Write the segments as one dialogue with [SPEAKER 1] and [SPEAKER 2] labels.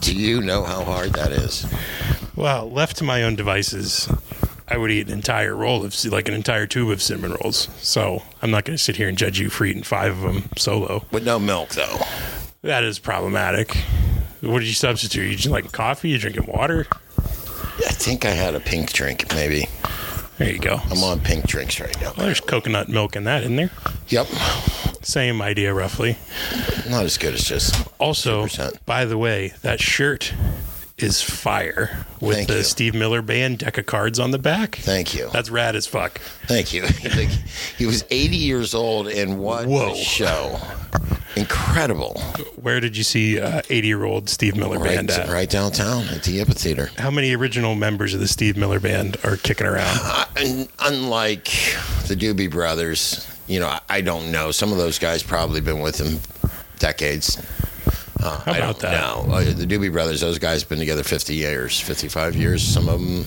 [SPEAKER 1] Do you know how hard that is?
[SPEAKER 2] Well, left to my own devices, I would eat an entire roll of like an entire tube of cinnamon rolls. So I'm not going to sit here and judge you for eating five of them solo.
[SPEAKER 1] With no milk, though.
[SPEAKER 2] That is problematic. What did you substitute? You just like coffee? You drinking water?
[SPEAKER 1] I think I had a pink drink, maybe.
[SPEAKER 2] There you go.
[SPEAKER 1] I'm on pink drinks right now.
[SPEAKER 2] Well, there's coconut milk in that, isn't there?
[SPEAKER 1] Yep.
[SPEAKER 2] Same idea, roughly.
[SPEAKER 1] Not as good as just.
[SPEAKER 2] Also,
[SPEAKER 1] 100%.
[SPEAKER 2] by the way, that shirt is fire with
[SPEAKER 1] Thank
[SPEAKER 2] the
[SPEAKER 1] you.
[SPEAKER 2] Steve Miller Band deck of cards on the back.
[SPEAKER 1] Thank you.
[SPEAKER 2] That's rad as fuck.
[SPEAKER 1] Thank you. Like, he was 80 years old, and what
[SPEAKER 2] Whoa.
[SPEAKER 1] a show! Incredible.
[SPEAKER 2] Where did you see uh, 80 year old Steve Miller
[SPEAKER 1] Right,
[SPEAKER 2] Band at?
[SPEAKER 1] right downtown at the Amphitheater.
[SPEAKER 2] How many original members of the Steve Miller Band are kicking around?
[SPEAKER 1] Uh, and unlike the Doobie Brothers, you know, I, I don't know. Some of those guys probably been with him decades. Uh,
[SPEAKER 2] How
[SPEAKER 1] I
[SPEAKER 2] about
[SPEAKER 1] don't
[SPEAKER 2] that?
[SPEAKER 1] know. Uh, the Doobie Brothers, those guys been together 50 years, 55 years, some of them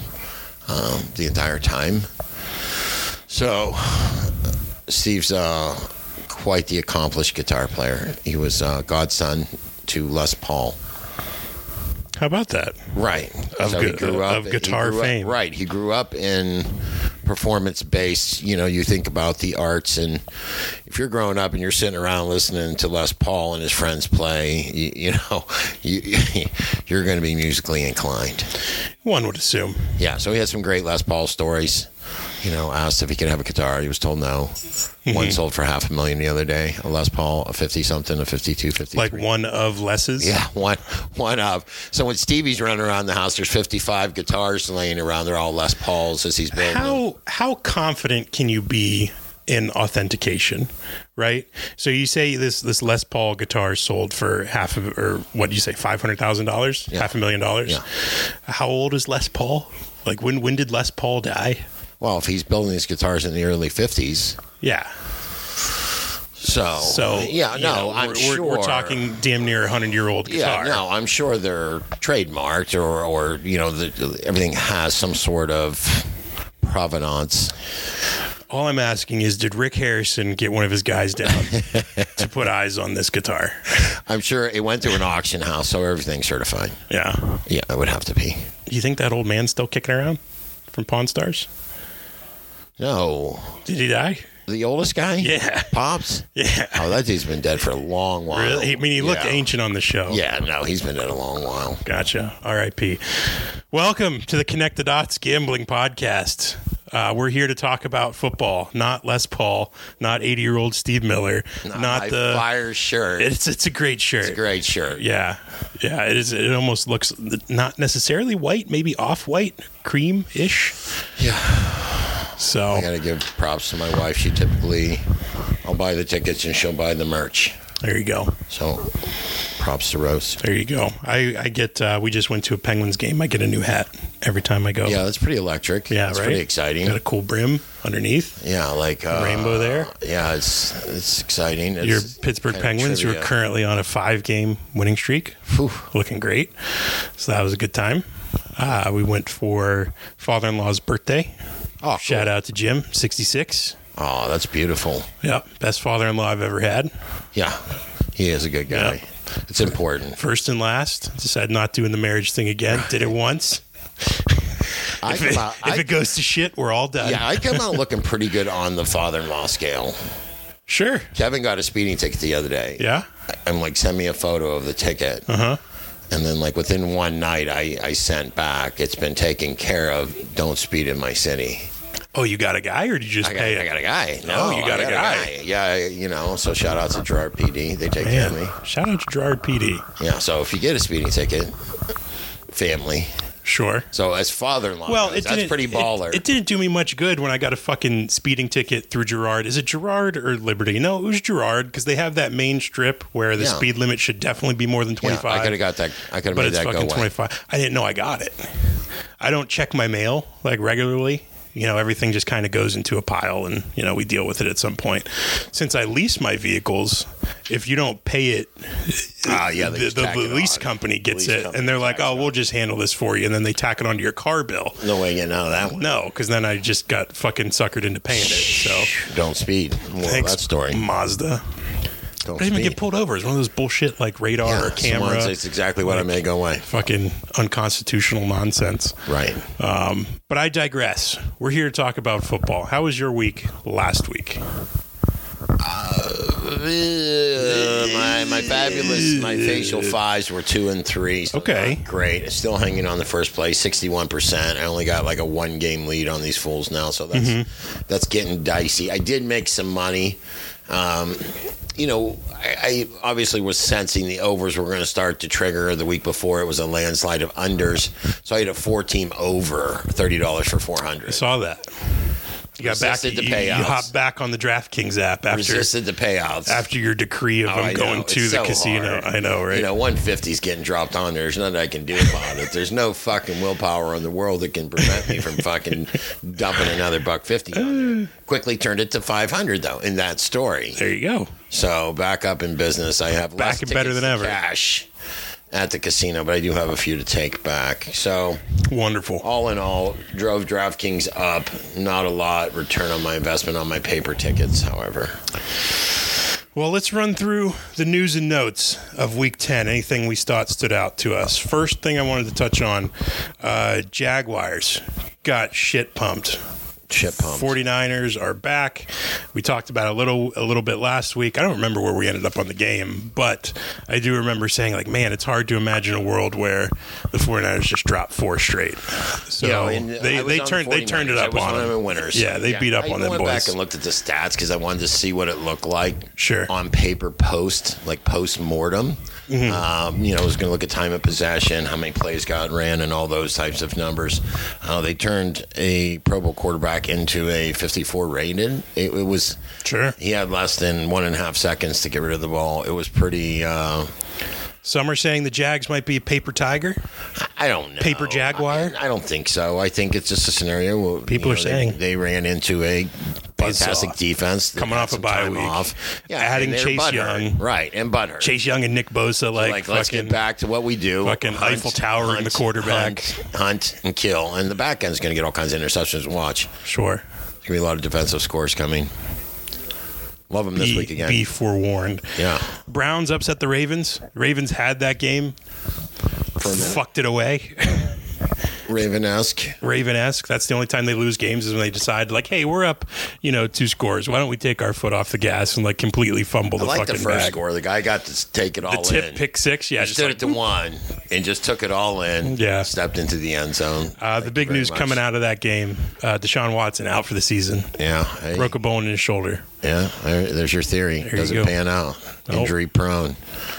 [SPEAKER 1] um, the entire time. So Steve's uh, quite the accomplished guitar player. He was uh, godson to Les Paul.
[SPEAKER 2] How about that?
[SPEAKER 1] Right.
[SPEAKER 2] Of
[SPEAKER 1] he
[SPEAKER 2] gu- uh, of
[SPEAKER 1] he
[SPEAKER 2] guitar
[SPEAKER 1] grew up-
[SPEAKER 2] fame.
[SPEAKER 1] right. He grew up in performance based, you know, you think about the arts and if you're growing up and you're sitting around listening to Les Paul and his friends play, you, you know, you, you're going to be musically inclined.
[SPEAKER 2] One would assume.
[SPEAKER 1] Yeah, so he had some great Les Paul stories. You know, asked if he could have a guitar. He was told no. One sold for half a million the other day. A Les Paul, a 50 something, a 52, 53.
[SPEAKER 2] Like one of Les's.
[SPEAKER 1] Yeah, one one of. So when Stevie's running around the house, there's 55 guitars laying around. They're all Les Pauls as he's building. them.
[SPEAKER 2] How how confident can you be in authentication, right? So you say this this Les Paul guitar sold for half of or what do you say five hundred thousand dollars, half a million dollars.
[SPEAKER 1] Yeah.
[SPEAKER 2] How old is Les Paul? Like when when did Les Paul die?
[SPEAKER 1] Well, if he's building these guitars in the early 50s,
[SPEAKER 2] Yeah.
[SPEAKER 1] so
[SPEAKER 2] So
[SPEAKER 1] yeah, no,
[SPEAKER 2] you know,
[SPEAKER 1] I'm
[SPEAKER 2] we're,
[SPEAKER 1] sure
[SPEAKER 2] we're, we're talking damn near a hundred year old
[SPEAKER 1] Yeah,
[SPEAKER 2] guitar.
[SPEAKER 1] no, I'm sure they're trademarked or or you know the, everything has some sort of provenance.
[SPEAKER 2] All I'm asking is, did Rick Harrison get one of his guys down to put eyes on this guitar?
[SPEAKER 1] I'm sure it went through an auction house, so everything's certified.
[SPEAKER 2] Yeah.
[SPEAKER 1] Yeah, it would have to be.
[SPEAKER 2] You think that old man's still kicking around from Pawn Stars?
[SPEAKER 1] No,
[SPEAKER 2] Did he die?
[SPEAKER 1] the oldest guy.
[SPEAKER 2] Yeah.
[SPEAKER 1] pops.
[SPEAKER 2] Yeah.
[SPEAKER 1] Oh, that dude's been dead for a long while.
[SPEAKER 2] Really? I mean, he looked
[SPEAKER 1] Yeah.
[SPEAKER 2] ancient on the show.
[SPEAKER 1] Yeah, no, he's been dead a long while.
[SPEAKER 2] Gotcha. R.I.P. Welcome to the Connect the Dots Gambling Podcast. Uh, we're here to talk about football, not Les Paul, not 80 year old Steve Miller, not,
[SPEAKER 1] My
[SPEAKER 2] the.
[SPEAKER 1] fire shirt.
[SPEAKER 2] It's, it's a great shirt.
[SPEAKER 1] great shirt.
[SPEAKER 2] yeah. Yeah. It is. It almost looks not necessarily white, maybe off white, cream ish.
[SPEAKER 1] Yeah.
[SPEAKER 2] So
[SPEAKER 1] I gotta give props to my wife. She typically, I'll buy the tickets and she'll buy the merch.
[SPEAKER 2] there you go.
[SPEAKER 1] So, props to Rose.
[SPEAKER 2] There you go. I, I get, uh, we just went to a Penguins game. I get a new hat every time I go.
[SPEAKER 1] Yeah, that's pretty electric.
[SPEAKER 2] Yeah,
[SPEAKER 1] it's
[SPEAKER 2] right.
[SPEAKER 1] pretty exciting.
[SPEAKER 2] Got a cool brim underneath.
[SPEAKER 1] yeah, like uh,
[SPEAKER 2] Rainbow there.
[SPEAKER 1] Yeah, it's it's exciting. It's
[SPEAKER 2] Your Pittsburgh
[SPEAKER 1] kind of
[SPEAKER 2] Penguins, who are
[SPEAKER 1] trivia.
[SPEAKER 2] currently on a five-game winning streak,
[SPEAKER 1] Whew.
[SPEAKER 2] looking great. So that was a good time. Uh, we went for father-in-law's birthday.
[SPEAKER 1] Oh, cool.
[SPEAKER 2] Shout out to Jim, sixty-six.
[SPEAKER 1] Oh, that's beautiful.
[SPEAKER 2] Yep, best father-in-law I've ever had.
[SPEAKER 1] Yeah, he is a good guy. It's important.
[SPEAKER 2] First and last. Decided not doing the marriage thing again. Did it once.
[SPEAKER 1] I
[SPEAKER 2] If,
[SPEAKER 1] come
[SPEAKER 2] it,
[SPEAKER 1] out,
[SPEAKER 2] if
[SPEAKER 1] I-
[SPEAKER 2] it goes to shit, we're all done.
[SPEAKER 1] yeah, I come out looking pretty good on the father-in-law scale.
[SPEAKER 2] Sure.
[SPEAKER 1] Kevin got a speeding ticket the other day.
[SPEAKER 2] Yeah.
[SPEAKER 1] I'm like, send me a photo of the ticket.
[SPEAKER 2] Uh huh.
[SPEAKER 1] And then, like, within one night, I, I sent back, it's been taken care of. Don't speed in my city.
[SPEAKER 2] Oh, you got a guy, or did you just
[SPEAKER 1] I got,
[SPEAKER 2] pay?
[SPEAKER 1] I
[SPEAKER 2] it?
[SPEAKER 1] got a guy. No,
[SPEAKER 2] Oh, you
[SPEAKER 1] I
[SPEAKER 2] got a guy.
[SPEAKER 1] Yeah, I- you know, so shout out to Gerard PD. They take care of me.
[SPEAKER 2] Man, shout out to Gerard PD.
[SPEAKER 1] Yeah, so if you get a speeding ticket, family.
[SPEAKER 2] Sure.
[SPEAKER 1] So as father in law,
[SPEAKER 2] Well, it
[SPEAKER 1] that's
[SPEAKER 2] didn't,
[SPEAKER 1] pretty
[SPEAKER 2] it-
[SPEAKER 1] baller.
[SPEAKER 2] It, didn't do me much good when I got a fucking speeding ticket through Gerard. Is it Gerard or Liberty? No, it was Gerard because they have that main strip where the
[SPEAKER 1] Yeah.
[SPEAKER 2] speed limit should definitely be more than
[SPEAKER 1] Yeah,
[SPEAKER 2] 25.
[SPEAKER 1] I could have got that. I could have
[SPEAKER 2] but
[SPEAKER 1] made
[SPEAKER 2] it's
[SPEAKER 1] that go
[SPEAKER 2] fucking
[SPEAKER 1] away.
[SPEAKER 2] 25. I didn't know I got it. I don't check my mail like regularly. You know, everything just kind of goes into a pile and, you know, we deal with it at some point. Since I lease my vehicles, if you don't pay it,
[SPEAKER 1] Ah, yeah, they
[SPEAKER 2] the,
[SPEAKER 1] just
[SPEAKER 2] the,
[SPEAKER 1] tack it
[SPEAKER 2] lease
[SPEAKER 1] on.
[SPEAKER 2] company gets
[SPEAKER 1] Lease
[SPEAKER 2] it.
[SPEAKER 1] company
[SPEAKER 2] and they're like,
[SPEAKER 1] tacks
[SPEAKER 2] oh, we'll just handle this for you. And then they tack it onto your car bill.
[SPEAKER 1] No way getting out of that one.
[SPEAKER 2] No, because then I just got fucking suckered into paying it. So
[SPEAKER 1] Don't speed. More of
[SPEAKER 2] thanks,
[SPEAKER 1] that story.
[SPEAKER 2] Mazda.
[SPEAKER 1] don't
[SPEAKER 2] doesn't even
[SPEAKER 1] speed.
[SPEAKER 2] get pulled over. It's one of those bullshit like radar
[SPEAKER 1] Yeah,
[SPEAKER 2] or camera.
[SPEAKER 1] someone's- It's exactly what I made go away.
[SPEAKER 2] fucking unconstitutional nonsense.
[SPEAKER 1] Right.
[SPEAKER 2] Um, but I digress. We're here to talk about football. How was your week last week?
[SPEAKER 1] Uh, my, my fabulous, my facial fives were two and three. so
[SPEAKER 2] Okay.
[SPEAKER 1] not Great. It's still hanging on the first place, 61%. I only got like a one game lead on these fools now. So that's,
[SPEAKER 2] Mm-hmm.
[SPEAKER 1] that's getting dicey. I did make some money. Um, you know, I, I obviously was sensing the overs were going to start to trigger. The week before, it was a landslide of unders. So I had a four team over, $30 for 400
[SPEAKER 2] Saw that. You got back.
[SPEAKER 1] Resisted the
[SPEAKER 2] you, you
[SPEAKER 1] payouts.
[SPEAKER 2] hopped back on the DraftKings app after
[SPEAKER 1] Resisted the payouts.
[SPEAKER 2] after your decree of
[SPEAKER 1] Oh, I
[SPEAKER 2] I'm
[SPEAKER 1] know.
[SPEAKER 2] going
[SPEAKER 1] It's
[SPEAKER 2] to the
[SPEAKER 1] so
[SPEAKER 2] casino.
[SPEAKER 1] hard.
[SPEAKER 2] I know, right?
[SPEAKER 1] You know, 150 is getting dropped on there. There's nothing I can do about it. There's no fucking willpower in the world that can prevent me from fucking dumping another buck 50 on there. Quickly turned it to 500, though, in that story.
[SPEAKER 2] there you go.
[SPEAKER 1] So back up in business. I have less
[SPEAKER 2] Back and better
[SPEAKER 1] tickets
[SPEAKER 2] than
[SPEAKER 1] to
[SPEAKER 2] ever.
[SPEAKER 1] Cash at the casino, but I do have a few to take back. So
[SPEAKER 2] Wonderful.
[SPEAKER 1] all in all, drove DraftKings up. Not a lot return on my investment on my paper tickets, however.
[SPEAKER 2] Well, let's run through the news and notes of Week 10. Anything we thought stood out to us. First thing I wanted to touch on: uh, Jaguars got shit pumped.
[SPEAKER 1] Shit pump.
[SPEAKER 2] 49ers are back. We talked about it a little a little bit last week. I don't remember where we ended up on the game, but I do remember saying like, man, it's hard to imagine a world where the 49ers just drop four straight. So
[SPEAKER 1] and
[SPEAKER 2] they,
[SPEAKER 1] I was
[SPEAKER 2] they
[SPEAKER 1] on
[SPEAKER 2] turned they
[SPEAKER 1] 49ers.
[SPEAKER 2] turned it
[SPEAKER 1] I
[SPEAKER 2] up
[SPEAKER 1] was
[SPEAKER 2] on
[SPEAKER 1] one of
[SPEAKER 2] them.
[SPEAKER 1] them winners.
[SPEAKER 2] Yeah, they beat up
[SPEAKER 1] I
[SPEAKER 2] on them
[SPEAKER 1] went back
[SPEAKER 2] boys.
[SPEAKER 1] and looked at the stats because I wanted to see what it looked like.
[SPEAKER 2] Sure.
[SPEAKER 1] On paper, post like post mortem.
[SPEAKER 2] Mm-hmm.
[SPEAKER 1] Um, you know, I was going to look at time of possession, how many plays God ran, and all those types of numbers. Uh, they turned a Pro Bowl quarterback into a 54 rated. It, it was
[SPEAKER 2] Sure.
[SPEAKER 1] he had less than one and a half seconds to get rid of the ball. It was pretty. Uh,
[SPEAKER 2] Some are saying the Jags might be a paper tiger.
[SPEAKER 1] I don't know.
[SPEAKER 2] Paper Jaguar?
[SPEAKER 1] I, I don't think so. I think it's just a scenario. Where,
[SPEAKER 2] People are
[SPEAKER 1] they-
[SPEAKER 2] saying.
[SPEAKER 1] they, ran into a fantastic
[SPEAKER 2] Buzzsaw.
[SPEAKER 1] defense they
[SPEAKER 2] Coming
[SPEAKER 1] had
[SPEAKER 2] off a
[SPEAKER 1] some
[SPEAKER 2] bye
[SPEAKER 1] time
[SPEAKER 2] week.
[SPEAKER 1] Yeah,
[SPEAKER 2] Adding
[SPEAKER 1] and they were
[SPEAKER 2] Chase
[SPEAKER 1] butthurt.
[SPEAKER 2] Young.
[SPEAKER 1] right? And butter.
[SPEAKER 2] Chase Young and Nick Bosa like,
[SPEAKER 1] Like, let's
[SPEAKER 2] fucking
[SPEAKER 1] get back to what we do.
[SPEAKER 2] fucking Eiffel Towering the quarterback.
[SPEAKER 1] Hunt, hunt and kill, and the back end's going to get all kinds of interceptions. Watch,
[SPEAKER 2] sure.
[SPEAKER 1] There's going to be a lot of defensive scores coming. Love them this
[SPEAKER 2] Be,
[SPEAKER 1] week again.
[SPEAKER 2] be forewarned.
[SPEAKER 1] Yeah,
[SPEAKER 2] Browns upset the Ravens. Ravens had that game.
[SPEAKER 1] for a minute.
[SPEAKER 2] Fucked it away.
[SPEAKER 1] Raven-esque.
[SPEAKER 2] Raven-esque. That's the only time they lose games is when they decide, like, hey, we're up, you know, two scores. Why don't we take our foot off the gas and like completely fumble
[SPEAKER 1] I
[SPEAKER 2] the
[SPEAKER 1] like the
[SPEAKER 2] fucking
[SPEAKER 1] first
[SPEAKER 2] bag?
[SPEAKER 1] score. The guy got to take it all
[SPEAKER 2] The tip
[SPEAKER 1] in.
[SPEAKER 2] pick six. Yeah, just
[SPEAKER 1] stood
[SPEAKER 2] like,
[SPEAKER 1] at the one and just took it all in.
[SPEAKER 2] Yeah.
[SPEAKER 1] Stepped into the end zone.
[SPEAKER 2] uh, the big
[SPEAKER 1] very
[SPEAKER 2] news
[SPEAKER 1] much.
[SPEAKER 2] coming out of that game: uh, Deshaun Watson out for the season.
[SPEAKER 1] yeah. hey,
[SPEAKER 2] Broke a bone in his shoulder.
[SPEAKER 1] yeah. there- There's your theory.
[SPEAKER 2] you
[SPEAKER 1] Doesn't
[SPEAKER 2] go.
[SPEAKER 1] pan out.
[SPEAKER 2] Nope.
[SPEAKER 1] Injury prone.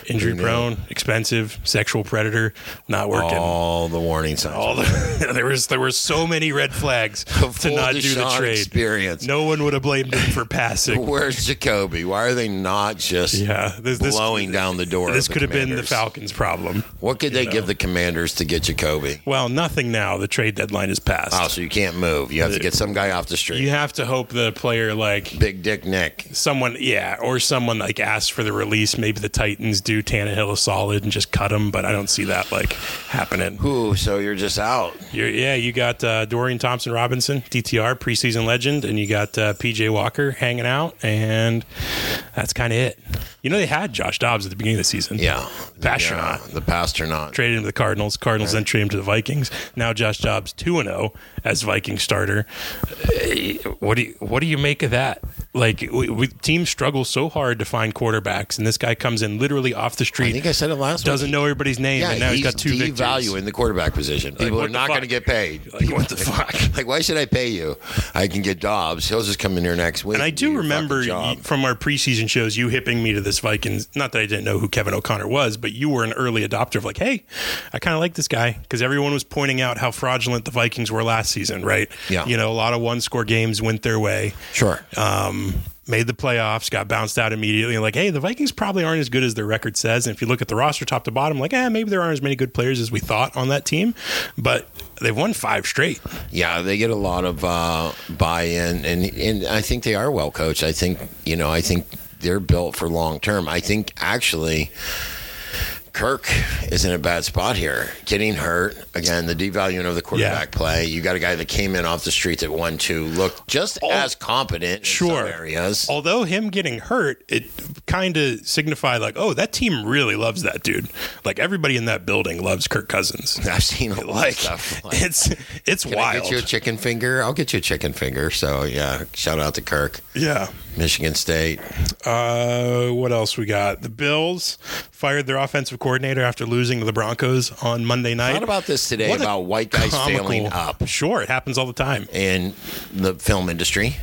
[SPEAKER 2] Injury
[SPEAKER 1] Who knew?
[SPEAKER 2] prone, expensive, sexual predator, not working.
[SPEAKER 1] All the warning signs.
[SPEAKER 2] All the, there was there were so many red flags
[SPEAKER 1] The
[SPEAKER 2] to
[SPEAKER 1] full
[SPEAKER 2] not do the
[SPEAKER 1] Deshaun
[SPEAKER 2] trade.
[SPEAKER 1] Experience.
[SPEAKER 2] No one would have blamed him for passing.
[SPEAKER 1] Where's Jacoby? Why are they not just
[SPEAKER 2] Yeah, this, this
[SPEAKER 1] blowing down the door? of
[SPEAKER 2] This
[SPEAKER 1] the
[SPEAKER 2] could have been the
[SPEAKER 1] Commanders?
[SPEAKER 2] Falcons' problem.
[SPEAKER 1] What could they give the commanders to get Jacoby?
[SPEAKER 2] Well, nothing now. The trade deadline is passed.
[SPEAKER 1] Oh, so you can't move. You have to get some guy off the street.
[SPEAKER 2] You have to hope the player, like
[SPEAKER 1] Big Dick Nick.
[SPEAKER 2] someone, yeah, or someone like asks for the release. Maybe the Titans do Tannehill a solid and just cut him, but I don't see that like happening.
[SPEAKER 1] Ooh, so you're just out.
[SPEAKER 2] You're, yeah, you got uh, Dorian Thompson Robinson, DTR preseason legend, and you got uh, PJ Walker hanging out, and that's kind of it. You know they had Josh Dobbs at the beginning of the season.
[SPEAKER 1] Yeah.
[SPEAKER 2] Pasternak.
[SPEAKER 1] Yeah, the Pasternak.
[SPEAKER 2] traded him to the Cardinals. Cardinals then traded him to the Vikings. Now Josh Dobbs two and zero as Viking starter. Eh, What do you, what do you make of that? Like we, we, teams struggle so hard to find quarterbacks, and this guy comes in literally off the
[SPEAKER 1] I
[SPEAKER 2] street,
[SPEAKER 1] think I said it last week.
[SPEAKER 2] doesn't know everybody's name,
[SPEAKER 1] Yeah,
[SPEAKER 2] and now he's got two
[SPEAKER 1] devaluing
[SPEAKER 2] victories.
[SPEAKER 1] the quarterback position. People
[SPEAKER 2] what
[SPEAKER 1] are
[SPEAKER 2] the
[SPEAKER 1] not
[SPEAKER 2] fuck?
[SPEAKER 1] going to get paid.
[SPEAKER 2] Like what the fuck?
[SPEAKER 1] Like, why should I pay you? I can get Dobbs. He'll just come in here next week.
[SPEAKER 2] And I
[SPEAKER 1] do
[SPEAKER 2] do
[SPEAKER 1] your
[SPEAKER 2] remember
[SPEAKER 1] fucking
[SPEAKER 2] y-
[SPEAKER 1] job.
[SPEAKER 2] from our preseason shows you hipping me to this Vikings. Not that I didn't know who Kevin O'Connor was, but you were an early adopter of like, hey, I kind of like this guy because everyone was pointing out how fraudulent the Vikings were last season, right?
[SPEAKER 1] Yeah.
[SPEAKER 2] You know, a lot of one score games went their way,
[SPEAKER 1] Sure.
[SPEAKER 2] um, made the playoffs, got bounced out immediately. And like, hey, the Vikings probably aren't as good as their record says. And if you look at the roster top to bottom, like, eh, maybe there aren't as many good players as we thought on that team, but they've won five straight.
[SPEAKER 1] Yeah, they get a lot of uh, buy-in, and and I think they are well coached. I think you know, I think they're built for long term. I think actually. Kirk is in a bad spot here, getting hurt again. The devaluing of the quarterback play. You got a guy that came in off the street that won two, looked just as competent. In
[SPEAKER 2] Oh, Sure.
[SPEAKER 1] some areas.
[SPEAKER 2] Although him getting hurt, it kind of signified like, oh, that team really loves that dude. Like everybody in that building loves Kirk Cousins.
[SPEAKER 1] I've seen a lot
[SPEAKER 2] Like
[SPEAKER 1] of stuff. Like,
[SPEAKER 2] it's it's
[SPEAKER 1] can I
[SPEAKER 2] wild.
[SPEAKER 1] get you a chicken finger? I'll get you a chicken finger. So yeah, shout out to Kirk,
[SPEAKER 2] yeah.
[SPEAKER 1] Michigan State.
[SPEAKER 2] Uh, what else we got? The Bills fired their offensive coordinator after losing to the Broncos on Monday night.
[SPEAKER 1] Thought about this today
[SPEAKER 2] What a
[SPEAKER 1] about white guys
[SPEAKER 2] comical-
[SPEAKER 1] failing up
[SPEAKER 2] Sure, it happens all the time.
[SPEAKER 1] in the film industry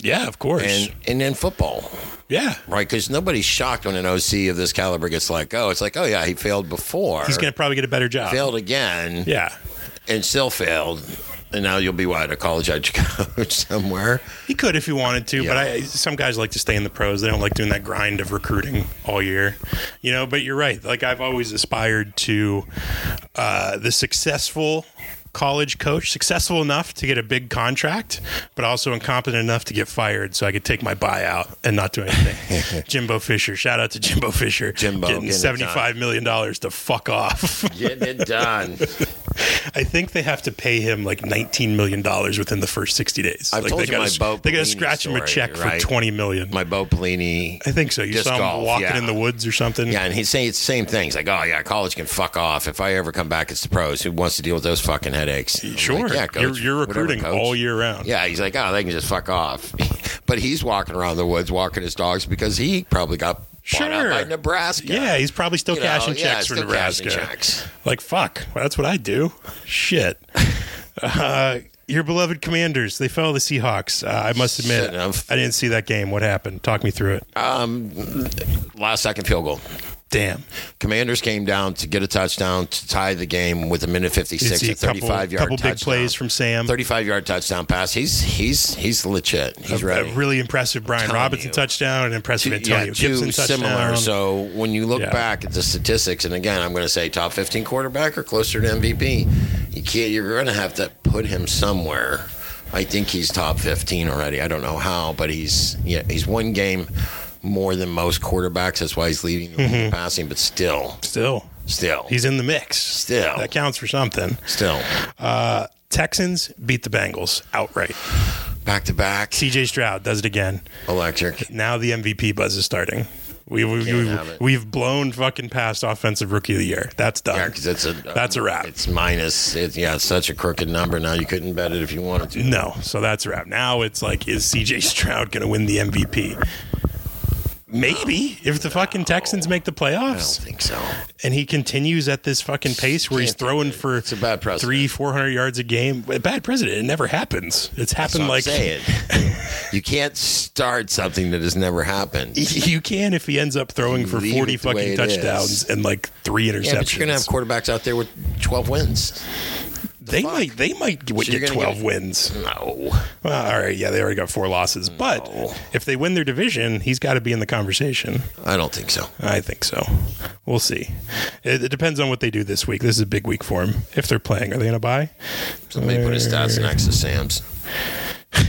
[SPEAKER 2] Yeah, of course.
[SPEAKER 1] and and in football.
[SPEAKER 2] yeah.
[SPEAKER 1] Right, because nobody's shocked when an OC of this caliber gets let go. It's like, oh yeah, he failed before.
[SPEAKER 2] He's going to probably get a better job.
[SPEAKER 1] failed again,
[SPEAKER 2] Yeah.
[SPEAKER 1] and still failed, and now you'll be what a college edge coach somewhere.
[SPEAKER 2] He could if he wanted to, but
[SPEAKER 1] Yeah.
[SPEAKER 2] I, some guys like to stay in the pros. They don't like doing that grind of recruiting all year, you know. But you're right. Like I've always aspired to uh, the successful college coach, successful enough to get a big contract, but also incompetent enough to get fired, so I could take my buyout and not do anything. Jimbo Fisher, shout out to Jimbo Fisher,
[SPEAKER 1] Jimbo,
[SPEAKER 2] getting
[SPEAKER 1] getting it
[SPEAKER 2] seventy five million dollars to fuck off.
[SPEAKER 1] Getting it done.
[SPEAKER 2] I think they have to pay him like nineteen million dollars within the first sixty days.
[SPEAKER 1] I've
[SPEAKER 2] like
[SPEAKER 1] told
[SPEAKER 2] they
[SPEAKER 1] you
[SPEAKER 2] gotta,
[SPEAKER 1] my
[SPEAKER 2] s-
[SPEAKER 1] Bo
[SPEAKER 2] They got
[SPEAKER 1] Pelini
[SPEAKER 2] to scratch him a
[SPEAKER 1] story,
[SPEAKER 2] check
[SPEAKER 1] right?
[SPEAKER 2] for twenty million.
[SPEAKER 1] My Bo Pelini.
[SPEAKER 2] I think so. You
[SPEAKER 1] Disc
[SPEAKER 2] saw him
[SPEAKER 1] golf,
[SPEAKER 2] walking
[SPEAKER 1] yeah.
[SPEAKER 2] in the woods or something.
[SPEAKER 1] Yeah, and he's saying it's the same things. Like, oh yeah, college can fuck off. If I ever come back, it's the pros. Who wants to deal with those fucking headaches? I'm
[SPEAKER 2] Sure.
[SPEAKER 1] like, yeah,
[SPEAKER 2] you're,
[SPEAKER 1] coach.
[SPEAKER 2] you're
[SPEAKER 1] Whatever,
[SPEAKER 2] recruiting
[SPEAKER 1] coach."
[SPEAKER 2] all year round.
[SPEAKER 1] Yeah, he's like, oh, they can just fuck off. but he's walking around the woods, walking his dogs because he probably got bought out
[SPEAKER 2] Sure.
[SPEAKER 1] by Nebraska.
[SPEAKER 2] Yeah, he's probably still
[SPEAKER 1] You know,
[SPEAKER 2] cashing
[SPEAKER 1] yeah,
[SPEAKER 2] checks for
[SPEAKER 1] still
[SPEAKER 2] Nebraska.
[SPEAKER 1] cashing checks.
[SPEAKER 2] Like fuck, well, that's what I do. Shit. uh, your beloved Commanders, they fell to the Seahawks. Uh, I must admit,
[SPEAKER 1] Shouldn't have.
[SPEAKER 2] I didn't see that game. What happened? Talk me through it.
[SPEAKER 1] Uh, Um, Last second field goal.
[SPEAKER 2] Damn.
[SPEAKER 1] Commanders came down to get a touchdown to tie the game with a minute
[SPEAKER 2] Did
[SPEAKER 1] 56,
[SPEAKER 2] see
[SPEAKER 1] a
[SPEAKER 2] a couple,
[SPEAKER 1] 35 yard
[SPEAKER 2] couple
[SPEAKER 1] touchdown.
[SPEAKER 2] big plays from Sam.
[SPEAKER 1] 35 yard touchdown pass. He's he's he's legit. He's
[SPEAKER 2] a,
[SPEAKER 1] ready.
[SPEAKER 2] a really impressive Brian
[SPEAKER 1] Telling
[SPEAKER 2] Robinson
[SPEAKER 1] you.
[SPEAKER 2] touchdown and impressive Antonio
[SPEAKER 1] yeah,
[SPEAKER 2] Gibson
[SPEAKER 1] two
[SPEAKER 2] touchdown.
[SPEAKER 1] similar. So when you look
[SPEAKER 2] Yeah.
[SPEAKER 1] back at the statistics, and again, I'm going to say top 15 quarterback or closer to MVP. You can't. You're going to have to put him somewhere. I think he's top 15 already. I don't know how, but he's yeah, he's one game more than most quarterbacks. That's why he's leading the league in passing. But still,
[SPEAKER 2] Still,
[SPEAKER 1] still,
[SPEAKER 2] Mm-hmm. he's in the mix.
[SPEAKER 1] Still.
[SPEAKER 2] that counts for something.
[SPEAKER 1] still
[SPEAKER 2] Texans beat the Bengals outright.
[SPEAKER 1] back to back
[SPEAKER 2] TJ Stroud does it again.
[SPEAKER 1] electric.
[SPEAKER 2] Now the MVP buzz is starting. We, we,
[SPEAKER 1] Can't have
[SPEAKER 2] we,
[SPEAKER 1] it.
[SPEAKER 2] we've blown fucking past offensive rookie of the year. That's done.
[SPEAKER 1] Yeah, 'cause it's a
[SPEAKER 2] That's a wrap.
[SPEAKER 1] It's minus. It's yeah, it's such a crooked number now. You couldn't bet it if you wanted to.
[SPEAKER 2] no, so that's a wrap. Now it's like, is CJ Stroud going to win the MVP? Maybe if the fucking Texans make the
[SPEAKER 1] I don't
[SPEAKER 2] playoffs
[SPEAKER 1] think so.
[SPEAKER 2] and he continues at this fucking pace where he's
[SPEAKER 1] Can't do
[SPEAKER 2] throwing for
[SPEAKER 1] It's a bad precedent.
[SPEAKER 2] three, four hundred yards a game, a bad president. It never happens. It's happened like
[SPEAKER 1] say it. you can't start something that has never happened.
[SPEAKER 2] you can if he ends up throwing for
[SPEAKER 1] Leave
[SPEAKER 2] forty
[SPEAKER 1] it the way
[SPEAKER 2] fucking
[SPEAKER 1] it
[SPEAKER 2] touchdowns
[SPEAKER 1] is.
[SPEAKER 2] and like three interceptions.
[SPEAKER 1] Yeah, but you're gonna have quarterbacks out there with 12 wins.
[SPEAKER 2] they might they might get,
[SPEAKER 1] you're
[SPEAKER 2] get
[SPEAKER 1] gonna
[SPEAKER 2] twelve
[SPEAKER 1] get-
[SPEAKER 2] wins.
[SPEAKER 1] No,
[SPEAKER 2] Well, all right, yeah, they already got four losses, but if they win their division, he's got to be in the conversation.
[SPEAKER 1] I don't think so.
[SPEAKER 2] I think so. We'll see. It, it depends on what they do this week. This is a big week for him. If they're playing, are they going to buy?
[SPEAKER 1] Somebody put his stats next to Sam's.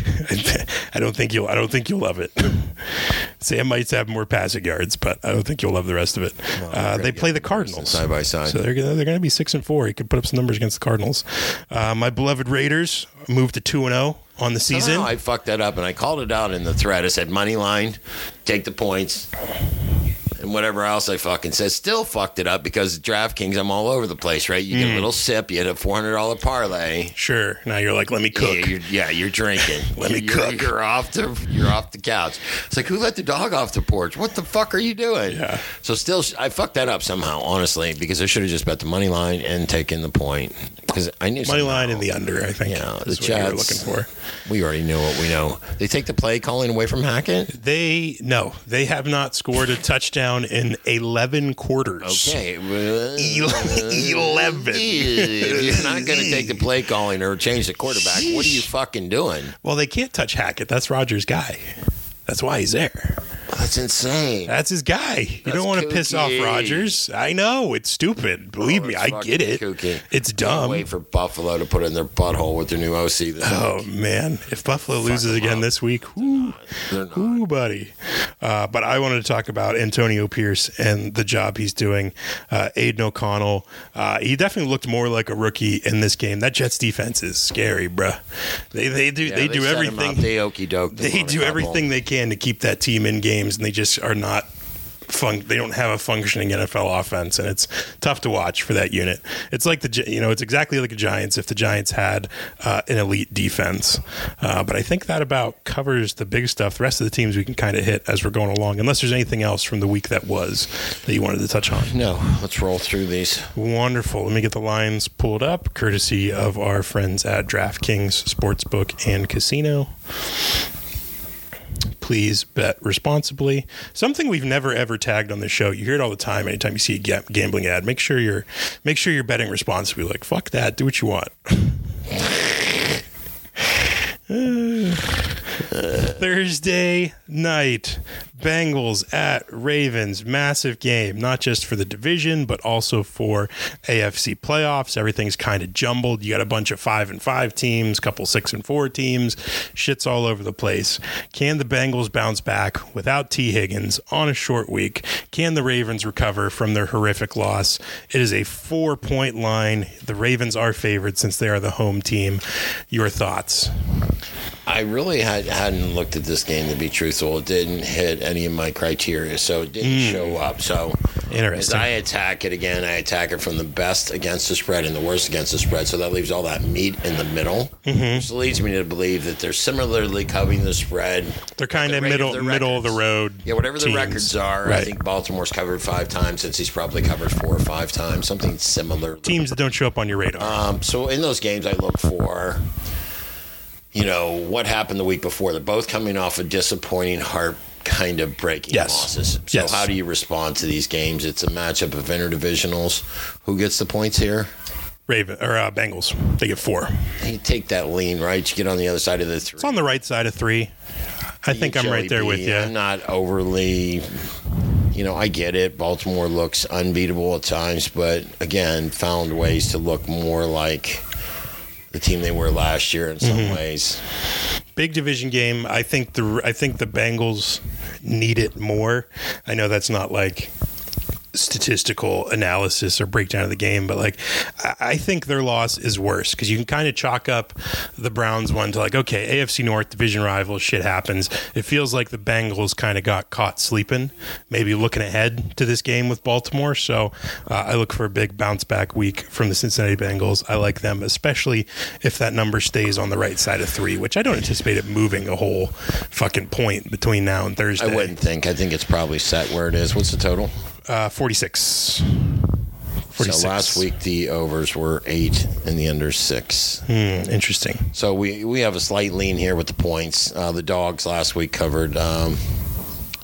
[SPEAKER 2] I don't think you'll. I don't think you'll love it. Sam might have more passing yards, but I don't think you'll love the rest of it. uh, they play the Cardinals
[SPEAKER 1] side by side.
[SPEAKER 2] so they're gonna, they're going to be six and four. He could put up some numbers against the Cardinals. Uh, my beloved Raiders moved to two and zero on the season.
[SPEAKER 1] Somehow I fucked that up, and I called it out in the thread. I said money line, take the points, and whatever else I fucking said. Still fucked it up because DraftKings, I'm all over the place. Right? You get a little sip, you hit a 400 dollar parlay.
[SPEAKER 2] sure. Now you're like, let me cook.
[SPEAKER 1] Yeah, you're, yeah, you're drinking.
[SPEAKER 2] Let me
[SPEAKER 1] You're-
[SPEAKER 2] cook.
[SPEAKER 1] You're off the you're off the couch. It's like who let the dog off the porch? What the fuck are you doing?
[SPEAKER 2] Yeah.
[SPEAKER 1] So still, sh- I fucked that up somehow, honestly, because I should have just bet the money line and taken the point because I knew
[SPEAKER 2] Money
[SPEAKER 1] somehow-
[SPEAKER 2] line and the under. I think.
[SPEAKER 1] Yeah, the
[SPEAKER 2] is what you were looking
[SPEAKER 1] Jets.
[SPEAKER 2] for.
[SPEAKER 1] We already knew what we know. They take the play calling away from Hackett.
[SPEAKER 2] They no, they have not scored a touchdown in eleven quarters.
[SPEAKER 1] Okay, well,
[SPEAKER 2] Eleven.
[SPEAKER 1] you're not going to take the play calling or change the quarterback. What are you fucking doing?
[SPEAKER 2] Well, they can't touch Hackett. That's Rogers' guy. That's why he's there.
[SPEAKER 1] That's insane.
[SPEAKER 2] That's his guy. You
[SPEAKER 1] That's
[SPEAKER 2] don't want to piss off
[SPEAKER 1] kooky.
[SPEAKER 2] Rogers. I know it's stupid. Believe
[SPEAKER 1] Oh,
[SPEAKER 2] me,
[SPEAKER 1] it's
[SPEAKER 2] I
[SPEAKER 1] fucking
[SPEAKER 2] get it.
[SPEAKER 1] kooky.
[SPEAKER 2] It's
[SPEAKER 1] Can't
[SPEAKER 2] dumb.
[SPEAKER 1] Wait for Buffalo to put it in their butthole with their new OC. This
[SPEAKER 2] Oh man, if Buffalo loses
[SPEAKER 1] them
[SPEAKER 2] again
[SPEAKER 1] up.
[SPEAKER 2] this week, whoo,
[SPEAKER 1] They're not.
[SPEAKER 2] whoo, buddy. Uh, but I wanted to talk about Antonio Pierce and the job he's doing. Uh, Aiden O'Connell, uh, he definitely looked more like a rookie in this game. That Jets defense is scary, bruh. They they do
[SPEAKER 1] Yeah,
[SPEAKER 2] they, do
[SPEAKER 1] set 'em Up.
[SPEAKER 2] everything
[SPEAKER 1] They okey doke.
[SPEAKER 2] they do everything they can to keep that team in games, and they just are not. Fun, they don't have a functioning NFL offense, and it's tough to watch for that unit. It's like the Gi- you know it's exactly like the Giants if the Giants had uh, an elite defense. Uh, but I think that about covers the big stuff. The rest of the teams we can kind of hit as we're going along, unless there's anything else from the week that was that you wanted to touch on.
[SPEAKER 1] No, let's roll through these.
[SPEAKER 2] Wonderful. Let me get the lines pulled up, courtesy of our friends at DraftKings Sportsbook and Casino. Please bet responsibly. Something we've never ever tagged on the show. You hear it all the time. Anytime you see a ga- gambling ad, make sure you're make sure you're betting responsibly. Like fuck that. Do what you want. Thursday night, Bengals at Ravens. Massive game, not just for the division, but also for AFC playoffs. Everything's kind of jumbled. You got a bunch of five and five teams, couple six and four teams. Shit's all over the place. Can the Bengals bounce back without T. Higgins on a short week? Can the Ravens recover from their horrific loss? It is a four point line. The Ravens are favored since they are the home team. Your thoughts?
[SPEAKER 1] I really had, hadn't looked at this game to be truthful. It didn't hit any of my criteria, so it didn't show up. So as
[SPEAKER 2] Hmm. Interesting.
[SPEAKER 1] I attack it again, I attack it from the best against the spread and the worst against the spread. So that leaves all that meat in the middle,
[SPEAKER 2] Mm-hmm.
[SPEAKER 1] which leads me to believe that they're similarly covering the spread.
[SPEAKER 2] They're kind
[SPEAKER 1] The
[SPEAKER 2] of
[SPEAKER 1] rate
[SPEAKER 2] middle
[SPEAKER 1] of the
[SPEAKER 2] middle of the
[SPEAKER 1] records.
[SPEAKER 2] road.
[SPEAKER 1] Yeah, whatever the
[SPEAKER 2] teams.
[SPEAKER 1] records are,
[SPEAKER 2] Right.
[SPEAKER 1] I think Baltimore's covered five times since he's probably covered four or five times, something similar.
[SPEAKER 2] teams that don't show up on your radar.
[SPEAKER 1] Um, so in those games, I look for, you know, what happened the week before. They're both coming off a disappointing heart kind of breaking
[SPEAKER 2] Yes.
[SPEAKER 1] losses. So
[SPEAKER 2] Yes.
[SPEAKER 1] how do you respond to these games? It's a matchup of interdivisionals. Who gets the points here?
[SPEAKER 2] Raven or uh, Bengals, they get four.
[SPEAKER 1] You take that lean, right? You get on the other side of the three.
[SPEAKER 2] It's on the right side of three. I think I'm right there with you.
[SPEAKER 1] I'm not overly, you know, I get it. Baltimore looks unbeatable at times, but again, found ways to look more like the team they were last year in some
[SPEAKER 2] Mm-hmm.
[SPEAKER 1] ways.
[SPEAKER 2] Big division game. I think the I think the Bengals need it more. I know that's not like statistical analysis or breakdown of the game, but like I, I think their loss is worse because you can kind of chalk up the Browns one to like, okay, AFC North division rival, shit happens. It feels like the Bengals kind of got caught sleeping, maybe looking ahead to this game with Baltimore. So uh, I look for a big bounce back week from the Cincinnati Bengals. I like them, especially if that number stays on the right side of three, which I don't anticipate it moving a whole fucking point between now and Thursday.
[SPEAKER 1] I wouldn't think. I think it's probably set where it is. What's the total?
[SPEAKER 2] Uh, 46. 46.
[SPEAKER 1] So last week the overs were eight and the under six.
[SPEAKER 2] Hmm, interesting.
[SPEAKER 1] So we we have a slight lean here with the points. Uh, the dogs last week covered um,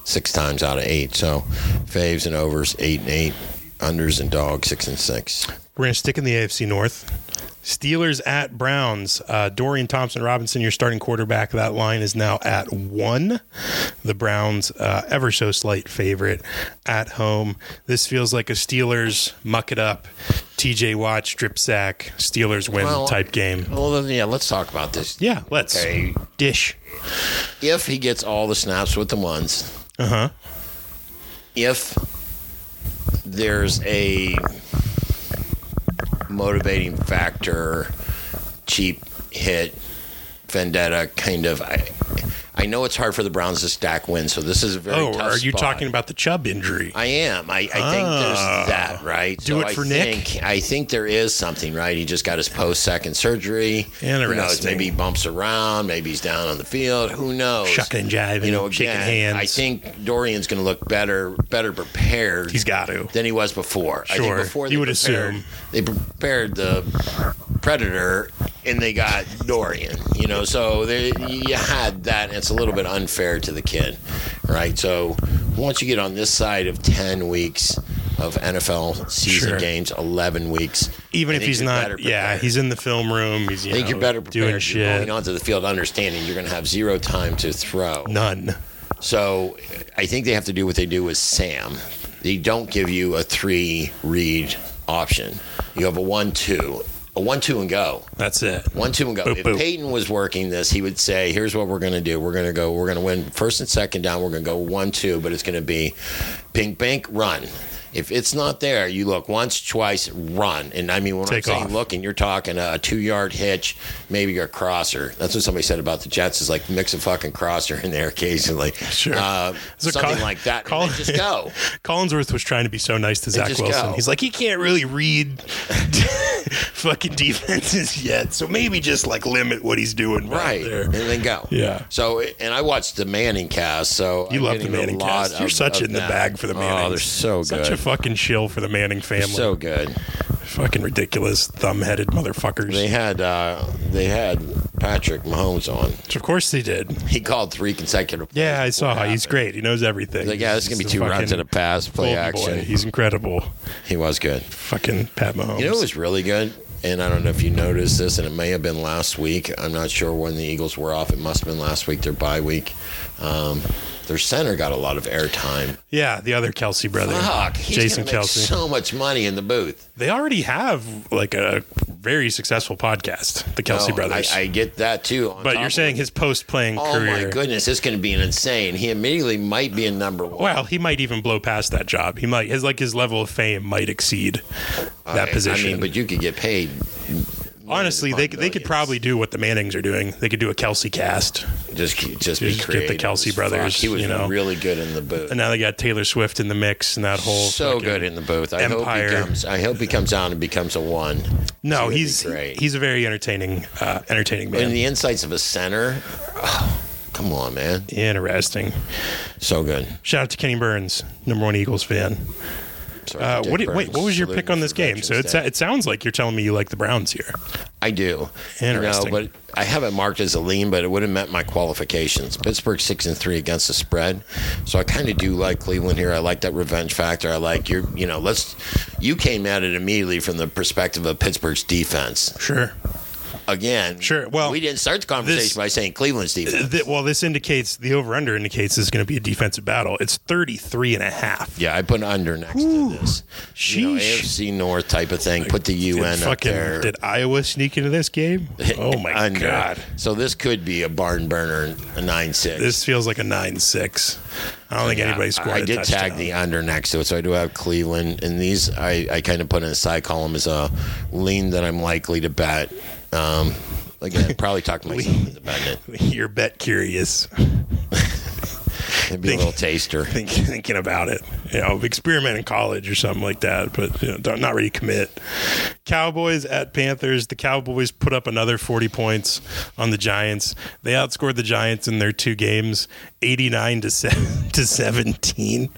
[SPEAKER 1] six times out of eight. So faves and overs eight and eight, unders and dogs six and six.
[SPEAKER 2] We're going to stick in the AFC North. Steelers at Browns. Uh, Dorian Thompson Robinson, your starting quarterback. That line is now at one. The Browns, uh, ever so slight favorite at home. This feels like a Steelers muck it up, TJ Watt strip sack, Steelers win
[SPEAKER 1] Well-
[SPEAKER 2] type game.
[SPEAKER 1] Well, then, yeah, let's talk about this.
[SPEAKER 2] Yeah, let's
[SPEAKER 1] Okay.
[SPEAKER 2] dish.
[SPEAKER 1] If he gets all the snaps with the ones,
[SPEAKER 2] Uh huh.
[SPEAKER 1] if there's a motivating factor, cheap hit, vendetta kind of. I, I know it's hard for the Browns to stack wins, so this is a very.
[SPEAKER 2] Oh,
[SPEAKER 1] tough
[SPEAKER 2] are you
[SPEAKER 1] spot.
[SPEAKER 2] talking about the Chubb injury?
[SPEAKER 1] I am. I, I think
[SPEAKER 2] Ah.
[SPEAKER 1] there's that, right?
[SPEAKER 2] Do it for
[SPEAKER 1] I
[SPEAKER 2] Nick?
[SPEAKER 1] Think, I think there is something, right? He just got his post second surgery. Who knows?
[SPEAKER 2] Interesting.
[SPEAKER 1] Maybe he bumps around. Maybe he's down on the field. Who knows?
[SPEAKER 2] Shucking and jiving,
[SPEAKER 1] You know,
[SPEAKER 2] shaking
[SPEAKER 1] again,
[SPEAKER 2] hands.
[SPEAKER 1] I think Dorian's going to look better, better prepared.
[SPEAKER 2] He's got to.
[SPEAKER 1] than he was before. I
[SPEAKER 2] Sure.
[SPEAKER 1] think before
[SPEAKER 2] You
[SPEAKER 1] they
[SPEAKER 2] would
[SPEAKER 1] prepared-
[SPEAKER 2] assume.
[SPEAKER 1] they prepared the Predator and they got Dorian. You know, so they, you had that. And it's a little bit unfair to the kid, right? So once you get on this side of ten weeks of NFL season
[SPEAKER 2] Sure.
[SPEAKER 1] games, eleven weeks,
[SPEAKER 2] Even
[SPEAKER 1] I
[SPEAKER 2] if
[SPEAKER 1] think
[SPEAKER 2] he's
[SPEAKER 1] you're better
[SPEAKER 2] not, yeah,
[SPEAKER 1] prepared.
[SPEAKER 2] he's in the film room. He's you
[SPEAKER 1] I think
[SPEAKER 2] know,
[SPEAKER 1] you're better prepared.
[SPEAKER 2] doing
[SPEAKER 1] You're
[SPEAKER 2] shit.
[SPEAKER 1] going onto the field, understanding you're going to have zero time to throw.
[SPEAKER 2] None.
[SPEAKER 1] So I think they have to do what they do with Sam. They don't give you a three read option. You have a one two, a one two and go.
[SPEAKER 2] That's it.
[SPEAKER 1] One, two, and go.
[SPEAKER 2] Boop,
[SPEAKER 1] if
[SPEAKER 2] boop.
[SPEAKER 1] Peyton was working this, he would say, "Here's what we're going to do. We're going to go. We're going to win first and second down. We're going to go one, two, but it's going to be pink, bank, run. If it's not there, you look once, twice, run. And I mean, when
[SPEAKER 2] Take
[SPEAKER 1] I'm saying
[SPEAKER 2] off.
[SPEAKER 1] looking, you're talking a two-yard hitch, maybe a crosser. That's what somebody said about the Jets is like mix a fucking crosser in there occasionally,
[SPEAKER 2] Sure.
[SPEAKER 1] uh,
[SPEAKER 2] It's a
[SPEAKER 1] something
[SPEAKER 2] col-
[SPEAKER 1] like that.
[SPEAKER 2] col-
[SPEAKER 1] and then just go.
[SPEAKER 2] Collinsworth was trying to be so nice to Zach
[SPEAKER 1] just
[SPEAKER 2] Wilson.
[SPEAKER 1] go.
[SPEAKER 2] He's like, he can't really read fucking defenses yet, so maybe just like limit what he's doing right,
[SPEAKER 1] right
[SPEAKER 2] there.
[SPEAKER 1] and then go
[SPEAKER 2] Yeah.
[SPEAKER 1] so and i watched the manning cast so
[SPEAKER 2] You
[SPEAKER 1] I'm
[SPEAKER 2] love the
[SPEAKER 1] getting
[SPEAKER 2] Manning
[SPEAKER 1] a lot
[SPEAKER 2] cast. You're
[SPEAKER 1] of-
[SPEAKER 2] such
[SPEAKER 1] of
[SPEAKER 2] in the
[SPEAKER 1] that.
[SPEAKER 2] bag for the Manning.
[SPEAKER 1] oh they're so good
[SPEAKER 2] Such a fucking chill for the Manning family.
[SPEAKER 1] so good
[SPEAKER 2] fucking ridiculous, thumb-headed motherfuckers.
[SPEAKER 1] they had uh they had patrick mahomes on
[SPEAKER 2] Which of course they did.
[SPEAKER 1] he called three consecutive plays
[SPEAKER 2] Yeah, I saw.
[SPEAKER 1] before it
[SPEAKER 2] He's
[SPEAKER 1] happened.
[SPEAKER 2] great. He knows everything.
[SPEAKER 1] like yeah this is gonna be
[SPEAKER 2] He's
[SPEAKER 1] two runs
[SPEAKER 2] fucking
[SPEAKER 1] and a pass play
[SPEAKER 2] golden boy.
[SPEAKER 1] action
[SPEAKER 2] He's incredible.
[SPEAKER 1] he was good
[SPEAKER 2] Fucking Pat Mahomes.
[SPEAKER 1] You know what was really good? And I don't know if you noticed this, and it may have been last week. I'm not sure when the Eagles were off. It must have been last week, their bye week. Um, their center got a lot of airtime.
[SPEAKER 2] yeah, the other Kelsey brother,
[SPEAKER 1] Fuck, he's
[SPEAKER 2] Jason
[SPEAKER 1] gonna make
[SPEAKER 2] Kelsey.
[SPEAKER 1] so much money in the booth.
[SPEAKER 2] they already have like a very successful podcast, the Kelsey
[SPEAKER 1] No,
[SPEAKER 2] brothers.
[SPEAKER 1] Oh, I, I get that too. on
[SPEAKER 2] but
[SPEAKER 1] top
[SPEAKER 2] you're
[SPEAKER 1] of
[SPEAKER 2] saying
[SPEAKER 1] it.
[SPEAKER 2] his post-playing
[SPEAKER 1] oh my
[SPEAKER 2] career.
[SPEAKER 1] goodness, it's going to be an insane. He immediately might be a number one.
[SPEAKER 2] Well, he might even blow past that job. He might his like his level of fame might exceed
[SPEAKER 1] Okay,
[SPEAKER 2] that position.
[SPEAKER 1] I mean, but you could get paid.
[SPEAKER 2] Honestly, they
[SPEAKER 1] upon
[SPEAKER 2] they
[SPEAKER 1] millions.
[SPEAKER 2] could probably do what the Mannings are doing. They could do a Kelsey cast.
[SPEAKER 1] Just just be
[SPEAKER 2] Just get the
[SPEAKER 1] creative.
[SPEAKER 2] Kelsey
[SPEAKER 1] as fuck.
[SPEAKER 2] brothers,
[SPEAKER 1] He was
[SPEAKER 2] you know.
[SPEAKER 1] really good in the booth.
[SPEAKER 2] And now they got Taylor Swift in the mix and that whole
[SPEAKER 1] so
[SPEAKER 2] fucking-
[SPEAKER 1] good in the booth. I
[SPEAKER 2] empire.
[SPEAKER 1] hope he comes. I hope he comes out and becomes a one.
[SPEAKER 2] No,
[SPEAKER 1] would be
[SPEAKER 2] he's
[SPEAKER 1] great.
[SPEAKER 2] he's a very entertaining uh, entertaining man.
[SPEAKER 1] And the insights of a center. oh, come on, man.
[SPEAKER 2] Interesting.
[SPEAKER 1] So good.
[SPEAKER 2] Shout out to Kenny Burns, number one Eagles fan.
[SPEAKER 1] Sorry,
[SPEAKER 2] Uh,
[SPEAKER 1] Dick
[SPEAKER 2] what, did- wait,
[SPEAKER 1] Burns
[SPEAKER 2] what was your
[SPEAKER 1] saluting
[SPEAKER 2] pick on this
[SPEAKER 1] for
[SPEAKER 2] game?
[SPEAKER 1] Veterans
[SPEAKER 2] So it,
[SPEAKER 1] Day.
[SPEAKER 2] it sounds like you're telling me you like the Browns here.
[SPEAKER 1] I do.
[SPEAKER 2] Interesting.
[SPEAKER 1] You know, but I have it marked as a lean, but it would have met my qualifications. Pittsburgh six and three against the spread, so I kind of do like Cleveland here. I like that revenge factor. I like your, you know, let's. You came at it immediately from the perspective of Pittsburgh's defense.
[SPEAKER 2] Sure.
[SPEAKER 1] Again,
[SPEAKER 2] Sure, well,
[SPEAKER 1] we didn't start the conversation
[SPEAKER 2] this-
[SPEAKER 1] by saying Cleveland's defense.
[SPEAKER 2] Th- well, this indicates the over under indicates this is going to be a defensive battle. It's 33 and a half.
[SPEAKER 1] Yeah, I put under next to this. You know,
[SPEAKER 2] Sheesh.
[SPEAKER 1] AFC North type of thing. Put the
[SPEAKER 2] Did
[SPEAKER 1] UN up
[SPEAKER 2] fucking-
[SPEAKER 1] there.
[SPEAKER 2] Did Iowa sneak into this game? Oh my
[SPEAKER 1] Under.
[SPEAKER 2] god.
[SPEAKER 1] So this could be a barn burner, a nine six.
[SPEAKER 2] This feels like a 9-6. I don't think anybody scored
[SPEAKER 1] I
[SPEAKER 2] a
[SPEAKER 1] did
[SPEAKER 2] touchdown.
[SPEAKER 1] tag the under next to it, so I do have Cleveland, and these I, I kind of put in a side column as a lean that I'm likely to bet. Um, again, probably talk myself into betting it.
[SPEAKER 2] You're bet curious.
[SPEAKER 1] It'd be a
[SPEAKER 2] Think-
[SPEAKER 1] little taster.
[SPEAKER 2] Think, thinking about it. You know, experiment in college or something like that, but you know, don't, not really commit. Cowboys at Panthers. The Cowboys put up another 40 points on the Giants. They outscored the Giants in their two games, 89 to se- to 17.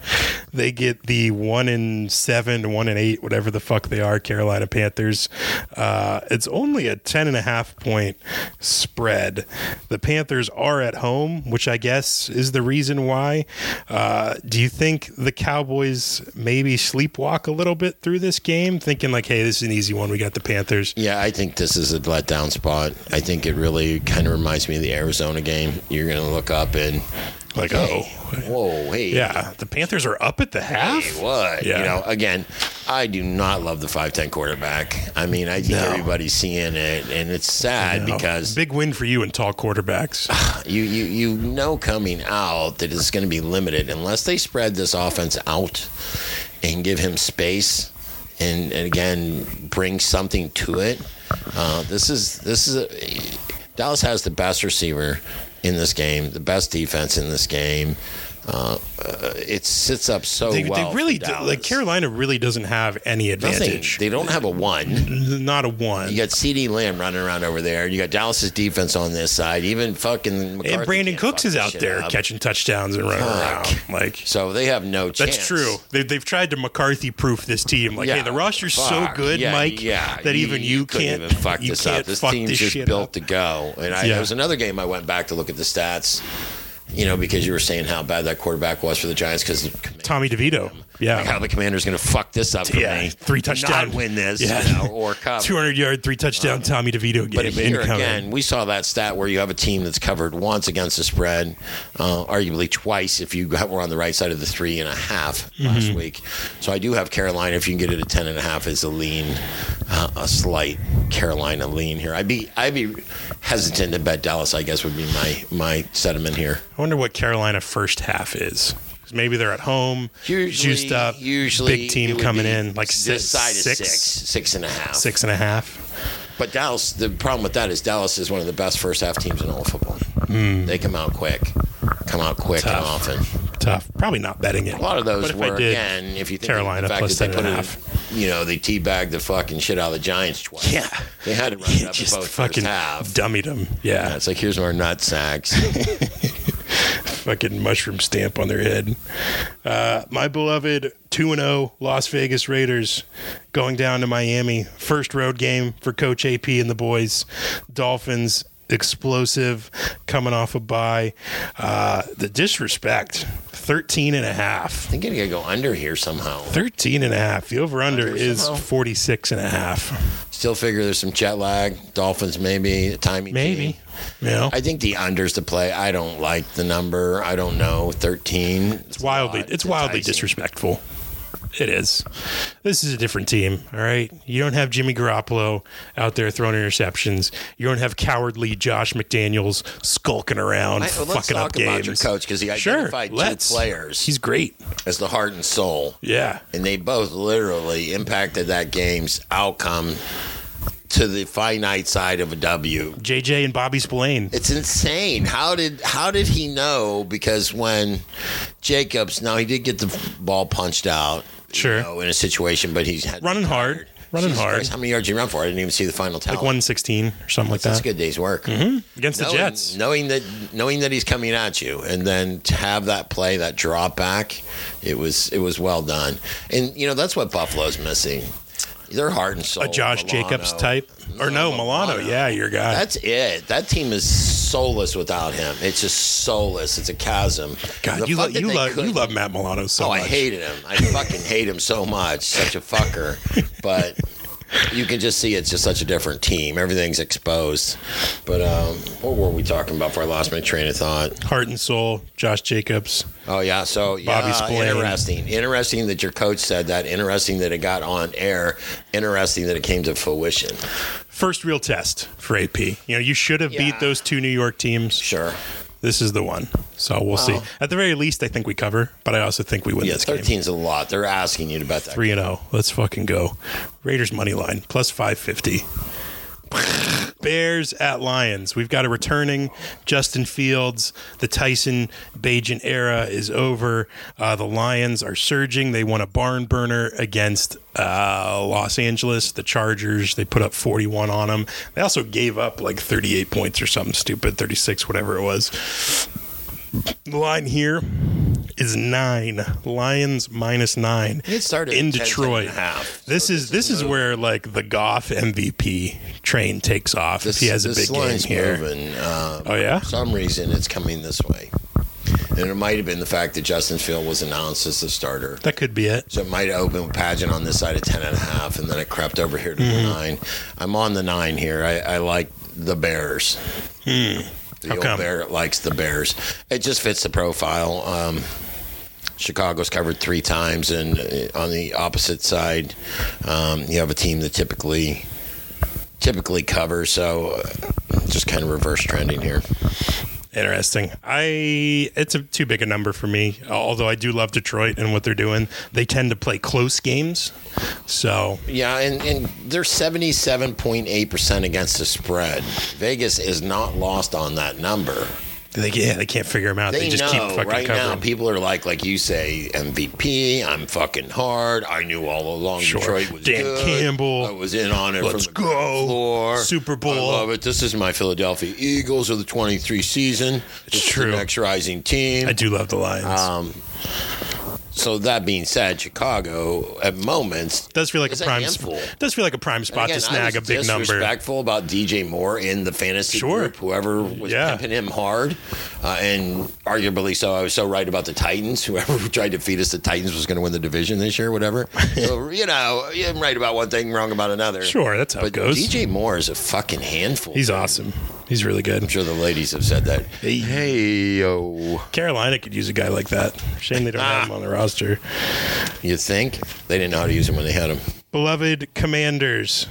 [SPEAKER 2] They get the 1 in 7, 1 in 8, whatever the fuck they are, Carolina Panthers. Uh, it's only a 10 and a half point spread. The Panthers are at home, which I guess is the reason why. Uh, do you think the Cowboys maybe sleepwalk a little bit through this game, thinking like, "Hey, this is an easy one. We got the Panthers."
[SPEAKER 1] Yeah, I think this is a letdown spot. I think it really kind of reminds me of the Arizona game. You're going to look up and
[SPEAKER 2] Like,
[SPEAKER 1] hey,
[SPEAKER 2] oh,
[SPEAKER 1] whoa, hey,
[SPEAKER 2] yeah, the Panthers are up at the half.
[SPEAKER 1] Hey, what?
[SPEAKER 2] Yeah.
[SPEAKER 1] You know, again, I do not love the 5'10 quarterback. I mean, I think
[SPEAKER 2] No.
[SPEAKER 1] everybody's seeing it, and it's sad
[SPEAKER 2] No.
[SPEAKER 1] because Oh,
[SPEAKER 2] big win for you and tall quarterbacks.
[SPEAKER 1] you, you, you know coming out that it's going to be limited unless they spread this offense out and give him space. And, and again, bring something to it. Uh, this is this is a, Dallas has the best receiver in this game, the best defense in this game. Uh, uh, it sits up so
[SPEAKER 2] they,
[SPEAKER 1] well.
[SPEAKER 2] they
[SPEAKER 1] for
[SPEAKER 2] really do, like
[SPEAKER 1] Dallas.
[SPEAKER 2] Carolina really doesn't have any
[SPEAKER 1] Nothing.
[SPEAKER 2] advantage.
[SPEAKER 1] They don't have a one.
[SPEAKER 2] Not a one.
[SPEAKER 1] You got C.D. Lamb running around over there. You got Dallas's defense on this side. Even fucking McCarthy
[SPEAKER 2] and Brandon
[SPEAKER 1] can't
[SPEAKER 2] Cooks
[SPEAKER 1] fuck
[SPEAKER 2] is
[SPEAKER 1] this
[SPEAKER 2] out
[SPEAKER 1] shit
[SPEAKER 2] there
[SPEAKER 1] up.
[SPEAKER 2] catching touchdowns and running
[SPEAKER 1] Fuck.
[SPEAKER 2] around. Like
[SPEAKER 1] So they have no chance.
[SPEAKER 2] that's true. They, they've tried to McCarthy-proof this team. Like,
[SPEAKER 1] Yeah,
[SPEAKER 2] hey, the roster's
[SPEAKER 1] fuck.
[SPEAKER 2] so good,
[SPEAKER 1] Yeah,
[SPEAKER 2] Mike,
[SPEAKER 1] yeah.
[SPEAKER 2] that even you,
[SPEAKER 1] couldn't
[SPEAKER 2] can't
[SPEAKER 1] even fuck
[SPEAKER 2] you
[SPEAKER 1] this
[SPEAKER 2] can't
[SPEAKER 1] up. This
[SPEAKER 2] fuck
[SPEAKER 1] team's
[SPEAKER 2] this
[SPEAKER 1] just
[SPEAKER 2] shit
[SPEAKER 1] built
[SPEAKER 2] up.
[SPEAKER 1] to go. And I,
[SPEAKER 2] Yeah.
[SPEAKER 1] there was another game I went back to look at the stats. You know, because you were saying how bad that quarterback was for the Giants because
[SPEAKER 2] Tommy DeVito. Yeah.
[SPEAKER 1] Like how the commander's going to fuck this up for
[SPEAKER 2] Yeah,
[SPEAKER 1] me.
[SPEAKER 2] three
[SPEAKER 1] Not
[SPEAKER 2] touchdown-
[SPEAKER 1] win this,
[SPEAKER 2] Yeah.
[SPEAKER 1] you know, or cover.
[SPEAKER 2] 200 yard, three touchdown Tommy DeVito game.
[SPEAKER 1] But here
[SPEAKER 2] incoming.
[SPEAKER 1] again, we saw that stat where you have a team that's covered once against the spread, uh, arguably twice if you got, were on the right side of the three and a half
[SPEAKER 2] Mm-hmm.
[SPEAKER 1] last week. So I do have Carolina. If you can get it at ten and a half, is a lean, uh, a slight Carolina lean here. I'd be I'd be hesitant to bet Dallas. I guess would be my my sentiment here.
[SPEAKER 2] I wonder what Carolina first half is. 'Cause Maybe they're at home, juiced up,
[SPEAKER 1] usually
[SPEAKER 2] big
[SPEAKER 1] it
[SPEAKER 2] team
[SPEAKER 1] would
[SPEAKER 2] coming
[SPEAKER 1] be
[SPEAKER 2] in, like
[SPEAKER 1] this
[SPEAKER 2] six,
[SPEAKER 1] side is
[SPEAKER 2] six,
[SPEAKER 1] six, six and a half.
[SPEAKER 2] six and a half.
[SPEAKER 1] But Dallas, the problem with that is Dallas is one of the best first half teams in all of football. They come out quick, come out quick and
[SPEAKER 2] Hmm. Tough.
[SPEAKER 1] often.
[SPEAKER 2] Tough. Probably not betting it.
[SPEAKER 1] A lot of
[SPEAKER 2] But
[SPEAKER 1] those
[SPEAKER 2] if I
[SPEAKER 1] were
[SPEAKER 2] did,
[SPEAKER 1] again, if you think
[SPEAKER 2] Carolina
[SPEAKER 1] of the fact
[SPEAKER 2] plus
[SPEAKER 1] that they put
[SPEAKER 2] 10 and a
[SPEAKER 1] in, you know, they teabagged the fucking shit out of the Giants twice.
[SPEAKER 2] Yeah.
[SPEAKER 1] they had it right
[SPEAKER 2] Yeah,
[SPEAKER 1] up
[SPEAKER 2] just
[SPEAKER 1] in both
[SPEAKER 2] fucking
[SPEAKER 1] first half.
[SPEAKER 2] dummied them. Yeah,
[SPEAKER 1] Yeah, it's like here's more nut sacks.
[SPEAKER 2] fucking mushroom stamp on their head. Uh, my beloved 2 0 Las Vegas Raiders going down to Miami. First road game for Coach AP and the boys. Dolphins explosive coming off a bye. Uh, the disrespect 13 and a half.
[SPEAKER 1] I think you gotta go under here somehow.
[SPEAKER 2] 13 and a half. The over under is
[SPEAKER 1] somehow.
[SPEAKER 2] 46 and a half.
[SPEAKER 1] Still figure there's some jet lag. Dolphins maybe timing.
[SPEAKER 2] Maybe. You know,
[SPEAKER 1] I think the unders to play. I don't like the number. I don't know. Thirteen. It's a
[SPEAKER 2] wildly
[SPEAKER 1] lot.
[SPEAKER 2] it's wildly
[SPEAKER 1] enticing.
[SPEAKER 2] disrespectful. It is. This is a different team, all right? You don't have Jimmy Garoppolo out there throwing interceptions. You don't have cowardly Josh McDaniels skulking around,
[SPEAKER 1] I- well, let's
[SPEAKER 2] fucking up
[SPEAKER 1] talk about
[SPEAKER 2] games.
[SPEAKER 1] your coach, 'cause he
[SPEAKER 2] sure,
[SPEAKER 1] identified two
[SPEAKER 2] let's.
[SPEAKER 1] players.
[SPEAKER 2] He's great.
[SPEAKER 1] It's the heart and soul.
[SPEAKER 2] Yeah.
[SPEAKER 1] and they both literally impacted that game's outcome to the finite side of a W.
[SPEAKER 2] JJ and Bobby Spillane.
[SPEAKER 1] It's insane. How did how did he know? Because when Jacobs, now he did get the ball punched out, you
[SPEAKER 2] Sure.
[SPEAKER 1] know, in a situation, but he's had
[SPEAKER 2] Running hard. Running
[SPEAKER 1] Jesus
[SPEAKER 2] hard.
[SPEAKER 1] Christ, how many yards did he run for? I didn't even see the final tally.
[SPEAKER 2] Like Mm-hmm. 116 or something like
[SPEAKER 1] That's a
[SPEAKER 2] that.
[SPEAKER 1] good day's work.
[SPEAKER 2] Against the
[SPEAKER 1] Knowing,
[SPEAKER 2] Jets.
[SPEAKER 1] knowing that knowing that he's coming at you, and then to have that play, that drop back, it was it was well done. And you know that's what Buffalo's missing. Their heart and soul.
[SPEAKER 2] A Josh
[SPEAKER 1] Milano.
[SPEAKER 2] Jacobs type. Or no, Milano. Yeah, your guy.
[SPEAKER 1] That's it. That team is soulless without him. It's just soulless. It's a chasm.
[SPEAKER 2] God,
[SPEAKER 1] The
[SPEAKER 2] you,
[SPEAKER 1] fact
[SPEAKER 2] lo-
[SPEAKER 1] that
[SPEAKER 2] you,
[SPEAKER 1] they
[SPEAKER 2] lo- you
[SPEAKER 1] couldn't-
[SPEAKER 2] love Matt Milano so
[SPEAKER 1] Oh,
[SPEAKER 2] much.
[SPEAKER 1] I hated him. I fucking hate him so much. Such a fucker. But you can just see it's just such a different team. Everything's exposed. But um, what were we talking about before I lost my train of thought?
[SPEAKER 2] Heart and soul, Josh Jacobs.
[SPEAKER 1] Oh yeah, so
[SPEAKER 2] Bobby
[SPEAKER 1] yeah,
[SPEAKER 2] Spillane.
[SPEAKER 1] interesting. Interesting that your coach said that. Interesting that it got on air. Interesting that it came to fruition.
[SPEAKER 2] first real test for AP. You know, you should have
[SPEAKER 1] Yeah.
[SPEAKER 2] beat those two New York teams.
[SPEAKER 1] Sure.
[SPEAKER 2] This is the one. So we'll see. At the very least, I think we cover, but I also think we win
[SPEAKER 1] Yeah,
[SPEAKER 2] this game.
[SPEAKER 1] thirteen's a lot. They're asking you to bet that.
[SPEAKER 2] 3 and 0. Let's fucking go. Raiders money line plus 550. Bears at Lions. We've got a returning Justin Fields. The Tyson Bajan era is over. Uh, the Lions are surging. They won a barn burner against uh, Los Angeles, the Chargers. They put up 41 on them. They also gave up like 38 points or something stupid, 36, whatever it was. The line here is nine. Lions minus nine
[SPEAKER 1] It started
[SPEAKER 2] in
[SPEAKER 1] at 10,
[SPEAKER 2] Detroit.
[SPEAKER 1] 10 and a half.
[SPEAKER 2] This is this is where like the Goff MVP train takes off.
[SPEAKER 1] This,
[SPEAKER 2] if he has a
[SPEAKER 1] this
[SPEAKER 2] big game
[SPEAKER 1] line's
[SPEAKER 2] here.
[SPEAKER 1] moving. Um,
[SPEAKER 2] Oh yeah,
[SPEAKER 1] for some reason, it's coming this way, and it might have been the fact that Justin Field was announced as the starter.
[SPEAKER 2] that could be it.
[SPEAKER 1] So it might open with pageant on this side of ten and a half, and then it crept over here to
[SPEAKER 2] Mm-hmm.
[SPEAKER 1] the nine. I'm on the nine here. I, I like the Bears. The
[SPEAKER 2] Hmm. How
[SPEAKER 1] old
[SPEAKER 2] come?
[SPEAKER 1] bear likes the Bears. It just fits the profile. Um, Chicago's covered three times, and uh, on the opposite side, um, you have a team that typically typically covers. So uh, just kind of reverse trending here.
[SPEAKER 2] Interesting. I it's a too big a number for me. Although I do love Detroit and what they're doing. They tend to play close games. So
[SPEAKER 1] Yeah, and, and they're seventy seven point eight percent against the spread. Vegas is not lost on that number.
[SPEAKER 2] they yeah they can't figure them out. They,
[SPEAKER 1] They,
[SPEAKER 2] just
[SPEAKER 1] know
[SPEAKER 2] keep fucking
[SPEAKER 1] right now.
[SPEAKER 2] covering.
[SPEAKER 1] People are like, like you say, MVP. I'm fucking hard. I knew all along
[SPEAKER 2] Sure.
[SPEAKER 1] Detroit was
[SPEAKER 2] Dan
[SPEAKER 1] good.
[SPEAKER 2] Campbell.
[SPEAKER 1] I was in on it.
[SPEAKER 2] Let's
[SPEAKER 1] from the ground
[SPEAKER 2] go.
[SPEAKER 1] floor.
[SPEAKER 2] Super Bowl.
[SPEAKER 1] I love it. This is my Philadelphia Eagles of the 23 season. It's
[SPEAKER 2] true.
[SPEAKER 1] The next rising team.
[SPEAKER 2] I do love the Lions.
[SPEAKER 1] Um, so that being said, Chicago at moments
[SPEAKER 2] Does feel like
[SPEAKER 1] It's
[SPEAKER 2] a
[SPEAKER 1] a
[SPEAKER 2] prime.
[SPEAKER 1] handful.
[SPEAKER 2] Sp- does feel like a prime spot
[SPEAKER 1] Again,
[SPEAKER 2] to
[SPEAKER 1] I
[SPEAKER 2] snag
[SPEAKER 1] was
[SPEAKER 2] a big number.
[SPEAKER 1] Disrespectful about DJ Moore in the fantasy
[SPEAKER 2] Sure.
[SPEAKER 1] group, whoever was
[SPEAKER 2] Yeah.
[SPEAKER 1] pimping him hard, uh, and arguably so. I was so right about the Titans. Whoever tried to feed us the Titans was going to win the division this year, whatever. so you know, I'm right about one thing, wrong about another.
[SPEAKER 2] Sure, that's how
[SPEAKER 1] but
[SPEAKER 2] it goes.
[SPEAKER 1] DJ Moore is a fucking handful.
[SPEAKER 2] He's awesome. He's really good.
[SPEAKER 1] I'm sure the ladies have said that. Hey, yo,
[SPEAKER 2] Carolina could use a guy like that. Shame they don't have him
[SPEAKER 1] Ah.
[SPEAKER 2] on the roster.
[SPEAKER 1] you think they didn't know how to use him when they had him?
[SPEAKER 2] Beloved Commanders.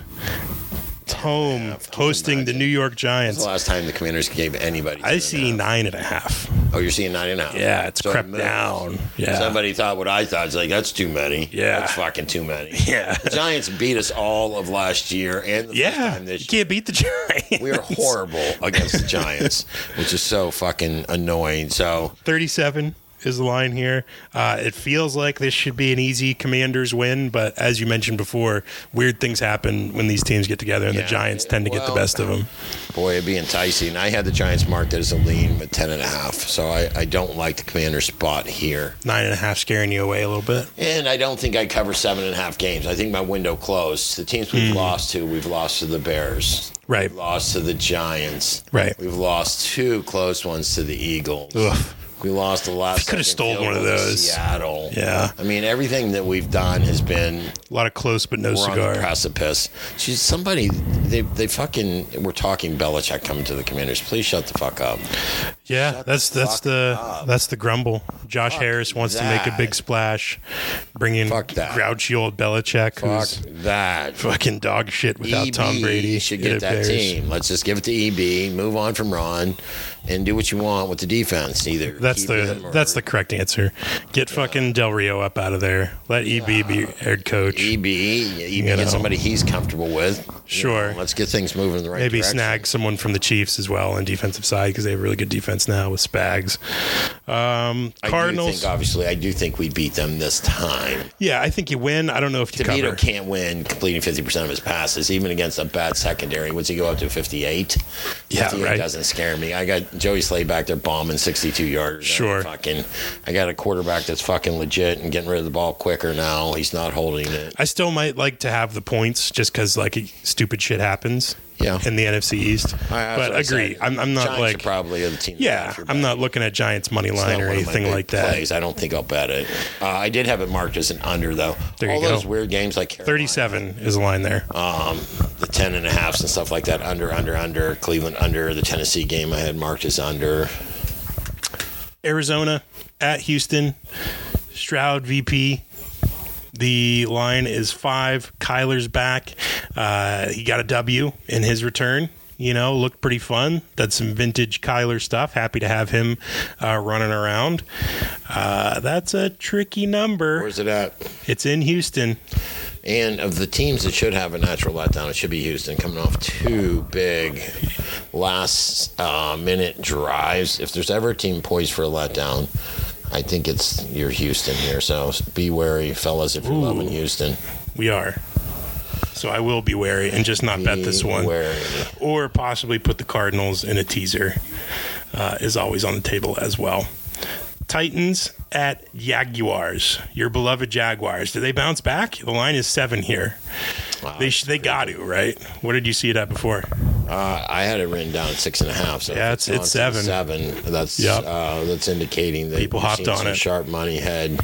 [SPEAKER 2] It's home hosting the New York
[SPEAKER 1] The
[SPEAKER 2] Giants.
[SPEAKER 1] last time the Commanders gave anybody,
[SPEAKER 2] I see nine and a half.
[SPEAKER 1] Oh, you're seeing nine and a half.
[SPEAKER 2] Yeah, it's
[SPEAKER 1] So it
[SPEAKER 2] crept
[SPEAKER 1] moves.
[SPEAKER 2] down. Yeah.
[SPEAKER 1] Somebody thought what I thought. It's like that's too many.
[SPEAKER 2] Yeah.
[SPEAKER 1] that's fucking too many.
[SPEAKER 2] Yeah.
[SPEAKER 1] the Giants beat us all of last year and the first
[SPEAKER 2] Yeah.
[SPEAKER 1] time
[SPEAKER 2] You
[SPEAKER 1] this year.
[SPEAKER 2] can't beat the Giants.
[SPEAKER 1] We are horrible against the Giants, which is so fucking annoying. So
[SPEAKER 2] 37 is the line here. Uh, it feels like this should be an easy Commanders win, but as you mentioned before, weird things happen when these teams get together, and
[SPEAKER 1] Yeah.
[SPEAKER 2] the Giants tend to get the
[SPEAKER 1] Well-
[SPEAKER 2] best of them.
[SPEAKER 1] Boy, it'd be enticing. I had the Giants marked as a lean with 10 and a half, so I, I don't like the commander spot here.
[SPEAKER 2] Nine and a half scaring you away a little bit.
[SPEAKER 1] And I don't think I cover seven and a half games. I think my window closed. The teams we've lost to, we've lost to the Bears.
[SPEAKER 2] Hmm. Right.
[SPEAKER 1] We've lost to the Giants.
[SPEAKER 2] Right.
[SPEAKER 1] We've lost two close ones to the Eagles.
[SPEAKER 2] Ugh.
[SPEAKER 1] We lost a lot.
[SPEAKER 2] coulda stole one of those.
[SPEAKER 1] Seattle.
[SPEAKER 2] Yeah.
[SPEAKER 1] I mean, everything that we've done has been
[SPEAKER 2] A lot of close, but no
[SPEAKER 1] we're on the
[SPEAKER 2] cigar.
[SPEAKER 1] precipice. She's somebody. They they fucking. We're talking Belichick coming to the Commanders. Please shut the fuck up.
[SPEAKER 2] Yeah, that's
[SPEAKER 1] the
[SPEAKER 2] that's
[SPEAKER 1] fuck
[SPEAKER 2] the
[SPEAKER 1] up.
[SPEAKER 2] that's the grumble. Josh Harris wants to make a big
[SPEAKER 1] that.
[SPEAKER 2] splash, bring in
[SPEAKER 1] Fuck that.
[SPEAKER 2] grouchy old Belichick,
[SPEAKER 1] Fuck
[SPEAKER 2] who's
[SPEAKER 1] that.
[SPEAKER 2] fucking dog shit without Tom Brady.
[SPEAKER 1] E should get
[SPEAKER 2] It
[SPEAKER 1] that
[SPEAKER 2] appears.
[SPEAKER 1] team. Let's just give it to EB. Move on from Ron, and do what you want with the defense. Either
[SPEAKER 2] That's
[SPEAKER 1] keep
[SPEAKER 2] the
[SPEAKER 1] him or-
[SPEAKER 2] that's the correct answer. Get fucking Del Rio up out of there. Let EB be head coach.
[SPEAKER 1] EB. EB
[SPEAKER 2] know.
[SPEAKER 1] E get somebody he's comfortable with. You
[SPEAKER 2] Sure.
[SPEAKER 1] know, let's get things moving in the right
[SPEAKER 2] Maybe
[SPEAKER 1] direction.
[SPEAKER 2] snag someone from the Chiefs as well on defensive side because they have really good defense now with Spags. Um,
[SPEAKER 1] I do
[SPEAKER 2] Cardinals.
[SPEAKER 1] think, obviously, I do think we beat them this time.
[SPEAKER 2] yeah, I think you win. I don't know if you
[SPEAKER 1] DeVito
[SPEAKER 2] cover.
[SPEAKER 1] can't win completing 50% of his passes, even against a bad secondary. Once he go up to 58,
[SPEAKER 2] Yeah,
[SPEAKER 1] 58
[SPEAKER 2] right.
[SPEAKER 1] doesn't scare me. I got Joey Slade back there bombing 62 yarders.
[SPEAKER 2] Sure.
[SPEAKER 1] I'm Fucking, I got a quarterback that's fucking legit and getting rid of the ball quicker now. He's not holding it.
[SPEAKER 2] I still might like to have the points just because like stupid shit happens.
[SPEAKER 1] Yeah.
[SPEAKER 2] in the NFC East.
[SPEAKER 1] I- that's
[SPEAKER 2] but
[SPEAKER 1] what I
[SPEAKER 2] agree,
[SPEAKER 1] said.
[SPEAKER 2] I'm, I'm not
[SPEAKER 1] Giants are
[SPEAKER 2] like
[SPEAKER 1] probably the team. that
[SPEAKER 2] yeah,
[SPEAKER 1] have your
[SPEAKER 2] I'm
[SPEAKER 1] back.
[SPEAKER 2] not looking at Giants money
[SPEAKER 1] It's not
[SPEAKER 2] line or
[SPEAKER 1] one of my
[SPEAKER 2] anything
[SPEAKER 1] big
[SPEAKER 2] like that.
[SPEAKER 1] Plays. I don't think I'll bet it. Uh, I did have it marked as an under though.
[SPEAKER 2] There you
[SPEAKER 1] All those
[SPEAKER 2] go.
[SPEAKER 1] weird games like Carolina,
[SPEAKER 2] 37 is the line there.
[SPEAKER 1] um, the 10 and a halfs and stuff like that. Under, under, under. Cleveland under. The Tennessee game I had marked as under.
[SPEAKER 2] Arizona at Houston. Stroud VP. The line is five. Kyler's back. Uh, he got a W in his return. You know, looked pretty fun. That's some vintage Kyler stuff. Happy to have him uh, running around. Uh, that's a tricky number.
[SPEAKER 1] Where's it at?
[SPEAKER 2] It's in Houston.
[SPEAKER 1] And of the teams that should have a natural letdown, it should be Houston coming off two big last uh, minute drives. If there's ever a team poised for a letdown, I think it's your Houston here. So be wary, fellas, if you're loving Houston.
[SPEAKER 2] We are. So I will be wary and just not bet this
[SPEAKER 1] Be
[SPEAKER 2] one.
[SPEAKER 1] wary.
[SPEAKER 2] or possibly put the Cardinals in a teaser uh, is always on the table as well. Titans at Jaguars, your beloved Jaguars. Do they bounce back? The line is seven here.
[SPEAKER 1] Wow.
[SPEAKER 2] They sh- they got to right. What did you see it at before?
[SPEAKER 1] Uh, I had it written down at six and a half. So if
[SPEAKER 2] Yeah, it's-
[SPEAKER 1] gone
[SPEAKER 2] it's
[SPEAKER 1] to
[SPEAKER 2] seven.
[SPEAKER 1] Seven. That's
[SPEAKER 2] Yep.
[SPEAKER 1] uh, that's indicating that
[SPEAKER 2] People
[SPEAKER 1] we've
[SPEAKER 2] hopped
[SPEAKER 1] seen
[SPEAKER 2] on
[SPEAKER 1] some
[SPEAKER 2] it.
[SPEAKER 1] Sharp money head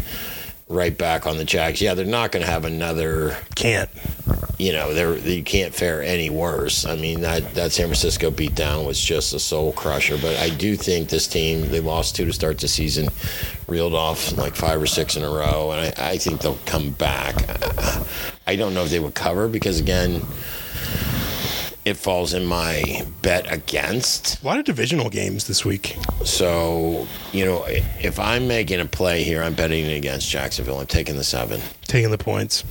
[SPEAKER 1] right back on the Jags. Yeah, they're not going to have another
[SPEAKER 2] Can't.
[SPEAKER 1] you know, they're, you can't fare any worse. I mean, that, that San Francisco beatdown was just a soul crusher. But I do think this team, they lost two to start the season, reeled off like five or six in a row, and I, I think they'll come back. I don't know if they would cover because, again, it falls in my bet against.
[SPEAKER 2] A lot of divisional games this week.
[SPEAKER 1] So, you know, if I'm making a play here, I'm betting against Jacksonville. I'm taking the seven.
[SPEAKER 2] Taking the points.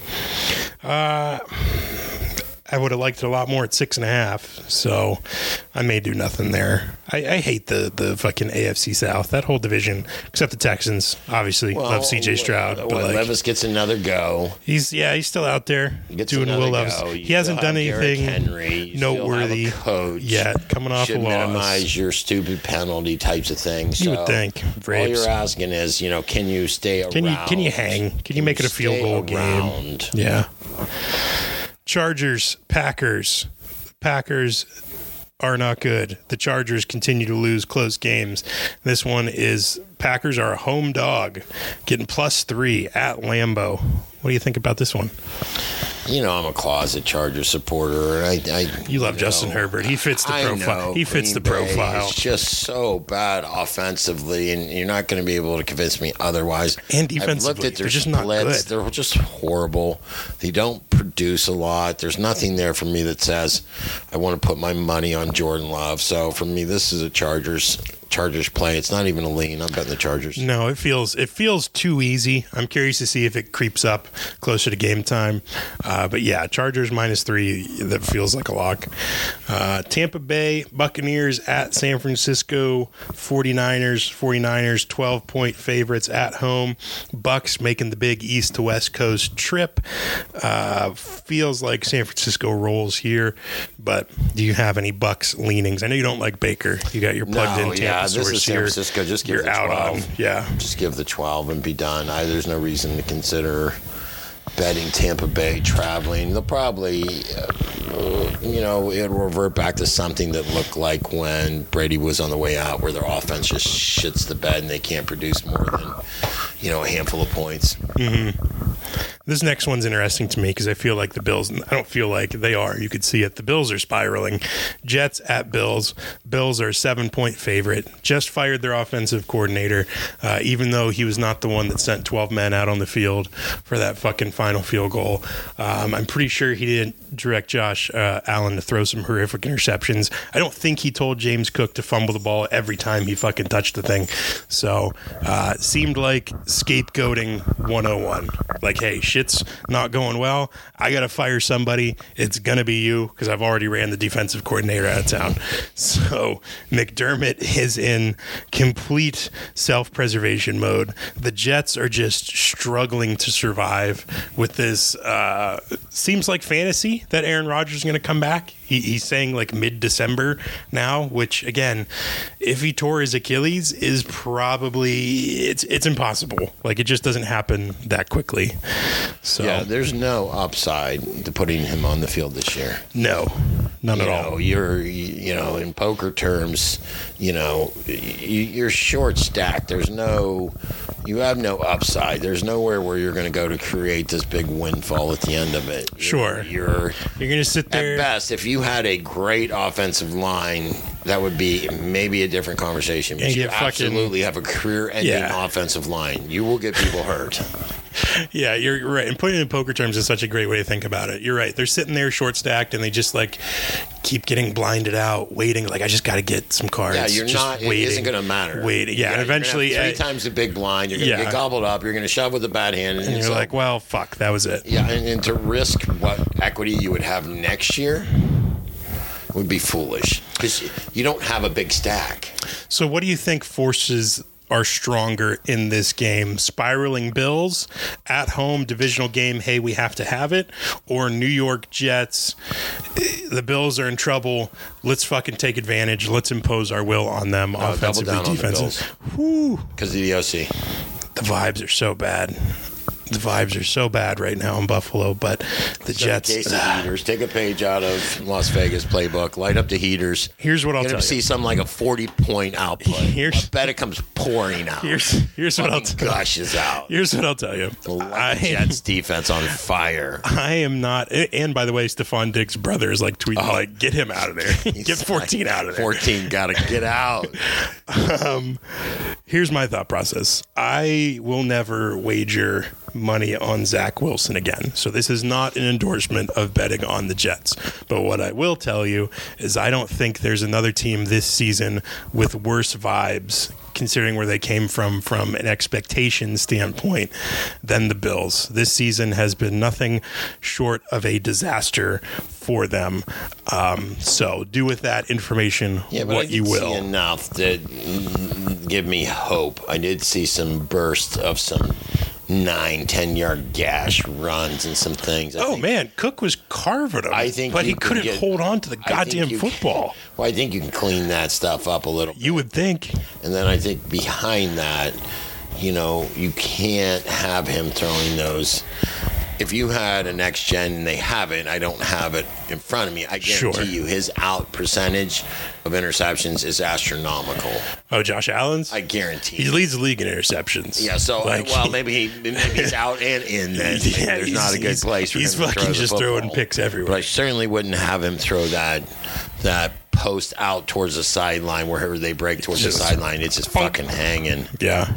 [SPEAKER 2] Uh, I would have liked it a lot more at six and a half. So I may do nothing there. I, I hate the the fucking AFC South, that whole division, except the Texans. Obviously, love CJ Stroud,
[SPEAKER 1] When,
[SPEAKER 2] but like,
[SPEAKER 1] Levis gets another go,
[SPEAKER 2] he's yeah, he's still out there
[SPEAKER 1] gets
[SPEAKER 2] doing
[SPEAKER 1] another
[SPEAKER 2] Will Levis.
[SPEAKER 1] go, Oh, you
[SPEAKER 2] He hasn't
[SPEAKER 1] still
[SPEAKER 2] done
[SPEAKER 1] have Derrick
[SPEAKER 2] anything
[SPEAKER 1] Henry, you still have a
[SPEAKER 2] noteworthy
[SPEAKER 1] coach.
[SPEAKER 2] yet. Coming off
[SPEAKER 1] should
[SPEAKER 2] a loss,
[SPEAKER 1] minimize your stupid penalty types of things.
[SPEAKER 2] You
[SPEAKER 1] So
[SPEAKER 2] would think,
[SPEAKER 1] All
[SPEAKER 2] Vrabes.
[SPEAKER 1] you're asking is, you know, can you stay around?
[SPEAKER 2] Can you can you hang? Can, you make it a field
[SPEAKER 1] stay
[SPEAKER 2] goal game?
[SPEAKER 1] around?
[SPEAKER 2] Yeah. Chargers, Packers. Packers are not good. The Chargers continue to lose close games. This one is Packers are a home dog, getting plus three at Lambeau. What do you think about this one?
[SPEAKER 1] You know, I'm a closet Charger supporter. and I, I
[SPEAKER 2] You love Justin
[SPEAKER 1] know,
[SPEAKER 2] Herbert. He fits the
[SPEAKER 1] I
[SPEAKER 2] profile.
[SPEAKER 1] know
[SPEAKER 2] He fits
[SPEAKER 1] Green
[SPEAKER 2] the
[SPEAKER 1] Bay
[SPEAKER 2] profile.
[SPEAKER 1] is just so bad offensively, and you're not going to be able to convince me otherwise.
[SPEAKER 2] And
[SPEAKER 1] I've looked
[SPEAKER 2] defensively,
[SPEAKER 1] at their
[SPEAKER 2] they're just not
[SPEAKER 1] splits.
[SPEAKER 2] good.
[SPEAKER 1] They're just horrible. They don't produce a lot. There's nothing there for me that says I want to put my money on Jordan Love. So for me, this is a Chargers Chargers play. It's not even a lean. I'm betting the Chargers.
[SPEAKER 2] No, it feels it feels too easy. I'm curious to see if it creeps up closer to game time. Uh, but yeah, Chargers minus three that feels like a lock. Uh, Tampa Bay Buccaneers at San Francisco 49ers. 49ers 12 point favorites at home. Bucks making the big East to West Coast trip. Uh, feels like San Francisco rolls here. But do you have any Bucks leanings? I know you don't like Baker. You got your plugged in
[SPEAKER 1] No,
[SPEAKER 2] Tampa
[SPEAKER 1] yeah, this
[SPEAKER 2] source
[SPEAKER 1] is San
[SPEAKER 2] here.
[SPEAKER 1] Francisco. Just give
[SPEAKER 2] You're
[SPEAKER 1] the
[SPEAKER 2] out
[SPEAKER 1] 12.
[SPEAKER 2] on. Yeah.
[SPEAKER 1] Just give the 12 and be done. I, there's no reason to consider betting Tampa Bay traveling. They'll probably, uh, you know, it'll revert back to something that looked like when Brady was on the way out, where their offense just shits the bed and they can't produce more than, you know, a handful of points.
[SPEAKER 2] This next one's interesting to me because I feel like the Bills, I don't feel like they are. You could see it. The Bills are spiraling. Jets at Bills. Bills are a seven point favorite. Just fired their offensive coordinator, uh, even though he was not the one that sent 12 men out on the field for that fucking final field goal. Um, I'm pretty sure he didn't direct Josh uh, Allen to throw some horrific interceptions. I don't think he told James Cook to fumble the ball every time he fucking touched the thing. So uh, seemed like scapegoating 101. Like, hey, shit's not going well. I got to fire somebody. It's going to be you because I've already ran the defensive coordinator out of town. So McDermott is in complete self preservation mode. The Jets are just struggling to survive with this. Uh, seems like fantasy that Aaron Rodgers is going to come back. He, he's saying like mid December now, which again, if he tore his Achilles, is probably it's it's impossible. Like it just doesn't happen that quickly. So
[SPEAKER 1] Yeah, there's no upside to putting him on the field this year.
[SPEAKER 2] no, none at
[SPEAKER 1] you
[SPEAKER 2] all.
[SPEAKER 1] know, you're you know in poker terms, you know y- you're short stacked. There's no you have no upside. There's nowhere where you're going to go to create this big windfall at the end of it. You're-
[SPEAKER 2] Sure.
[SPEAKER 1] you're
[SPEAKER 2] You're gonna sit
[SPEAKER 1] at
[SPEAKER 2] there.
[SPEAKER 1] best if you had a great offensive line. That would be maybe a different conversation. But
[SPEAKER 2] And
[SPEAKER 1] you
[SPEAKER 2] get fucking-
[SPEAKER 1] absolutely have a career-ending
[SPEAKER 2] Yeah.
[SPEAKER 1] offensive line. You will get people hurt.
[SPEAKER 2] Yeah, you're right. And putting it in poker terms is such a great way to think about it. You're right. They're sitting there short stacked and they just like keep getting blinded out, waiting. Like, I just got to get some cards.
[SPEAKER 1] Yeah, you're
[SPEAKER 2] just
[SPEAKER 1] not. It isn't going to matter.
[SPEAKER 2] Waiting.
[SPEAKER 1] you're
[SPEAKER 2] Yeah. and
[SPEAKER 1] gonna have
[SPEAKER 2] eventually,
[SPEAKER 1] three
[SPEAKER 2] uh,
[SPEAKER 1] times the big blind, you're going to
[SPEAKER 2] yeah.
[SPEAKER 1] get gobbled up. You're going to shove with a bad hand, and,
[SPEAKER 2] and
[SPEAKER 1] it's
[SPEAKER 2] you're
[SPEAKER 1] all-
[SPEAKER 2] like, well, fuck, that was it.
[SPEAKER 1] Yeah, and, and to risk what equity you would have next year would be foolish because you don't have a big stack.
[SPEAKER 2] So, what do you think forces are stronger in this game? Spiraling Bills at home divisional game. Hey, we have to have it. Or New York Jets. eh, The Bills are in trouble. Let's fucking take advantage. Let's impose our will on them, offensively,
[SPEAKER 1] Oh, down on the
[SPEAKER 2] defensively. Whew.
[SPEAKER 1] Because of the E OC,
[SPEAKER 2] The vibes are so bad. The vibes are so bad right now in Buffalo, but the Jets. Ah.
[SPEAKER 1] Case of heaters. Take a page out of Las Vegas playbook. Light up the heaters.
[SPEAKER 2] Here's what I'll
[SPEAKER 1] You're
[SPEAKER 2] tell
[SPEAKER 1] gonna see
[SPEAKER 2] you.
[SPEAKER 1] something like a 40 point output.
[SPEAKER 2] Here's-
[SPEAKER 1] I bet it comes pouring out.
[SPEAKER 2] Here's here's what I'll
[SPEAKER 1] Fucking
[SPEAKER 2] tell.
[SPEAKER 1] gushes out.
[SPEAKER 2] Here's what I'll tell you.
[SPEAKER 1] Like the
[SPEAKER 2] I-
[SPEAKER 1] Jets defense on fire.
[SPEAKER 2] I am not. a- And by the way, Stefan Dick's brother is like tweeting, like, get him out of there. get 14 out of there.
[SPEAKER 1] 14 got to get out.
[SPEAKER 2] Here's my thought process I will never wager money on Zach Wilson again. So this is not an endorsement of betting on the Jets. But what I will tell you is I don't think there's another team this season with worse vibes considering where they came from from an expectation standpoint than the Bills. This season has been nothing short of a disaster for them. Um, so do with that information
[SPEAKER 1] Yeah, but I
[SPEAKER 2] what
[SPEAKER 1] did
[SPEAKER 2] you will.
[SPEAKER 1] see enough that mm, give me hope. I did see some bursts of some nine, ten yard gash runs and some things. I
[SPEAKER 2] Oh
[SPEAKER 1] think-
[SPEAKER 2] man, Cook was carving him.
[SPEAKER 1] I think
[SPEAKER 2] but
[SPEAKER 1] you
[SPEAKER 2] he
[SPEAKER 1] can
[SPEAKER 2] couldn't
[SPEAKER 1] get-
[SPEAKER 2] hold on to the
[SPEAKER 1] I think
[SPEAKER 2] goddamn
[SPEAKER 1] you-
[SPEAKER 2] football.
[SPEAKER 1] Well, I think you can clean that stuff up a little.
[SPEAKER 2] You would think.
[SPEAKER 1] And then I think behind that, you know, you can't have him throwing those. If you had a next gen and they haven't, I don't have it in front of me. I guarantee
[SPEAKER 2] Sure.
[SPEAKER 1] you his out percentage of interceptions is astronomical.
[SPEAKER 2] Oh, Josh Allen's.
[SPEAKER 1] I guarantee.
[SPEAKER 2] he
[SPEAKER 1] you.
[SPEAKER 2] leads the league in interceptions.
[SPEAKER 1] Yeah, so uh,
[SPEAKER 2] Like,
[SPEAKER 1] well, maybe he maybe he's out and in. Then
[SPEAKER 2] Yeah,
[SPEAKER 1] there's not a good
[SPEAKER 2] he's-
[SPEAKER 1] place. For
[SPEAKER 2] he's
[SPEAKER 1] him to
[SPEAKER 2] fucking
[SPEAKER 1] throw the
[SPEAKER 2] just throwing
[SPEAKER 1] football.
[SPEAKER 2] picks everywhere.
[SPEAKER 1] But I certainly wouldn't have him throw that that post out towards the sideline wherever they break towards
[SPEAKER 2] Just-
[SPEAKER 1] the sideline. It's just fucking hanging.
[SPEAKER 2] yeah.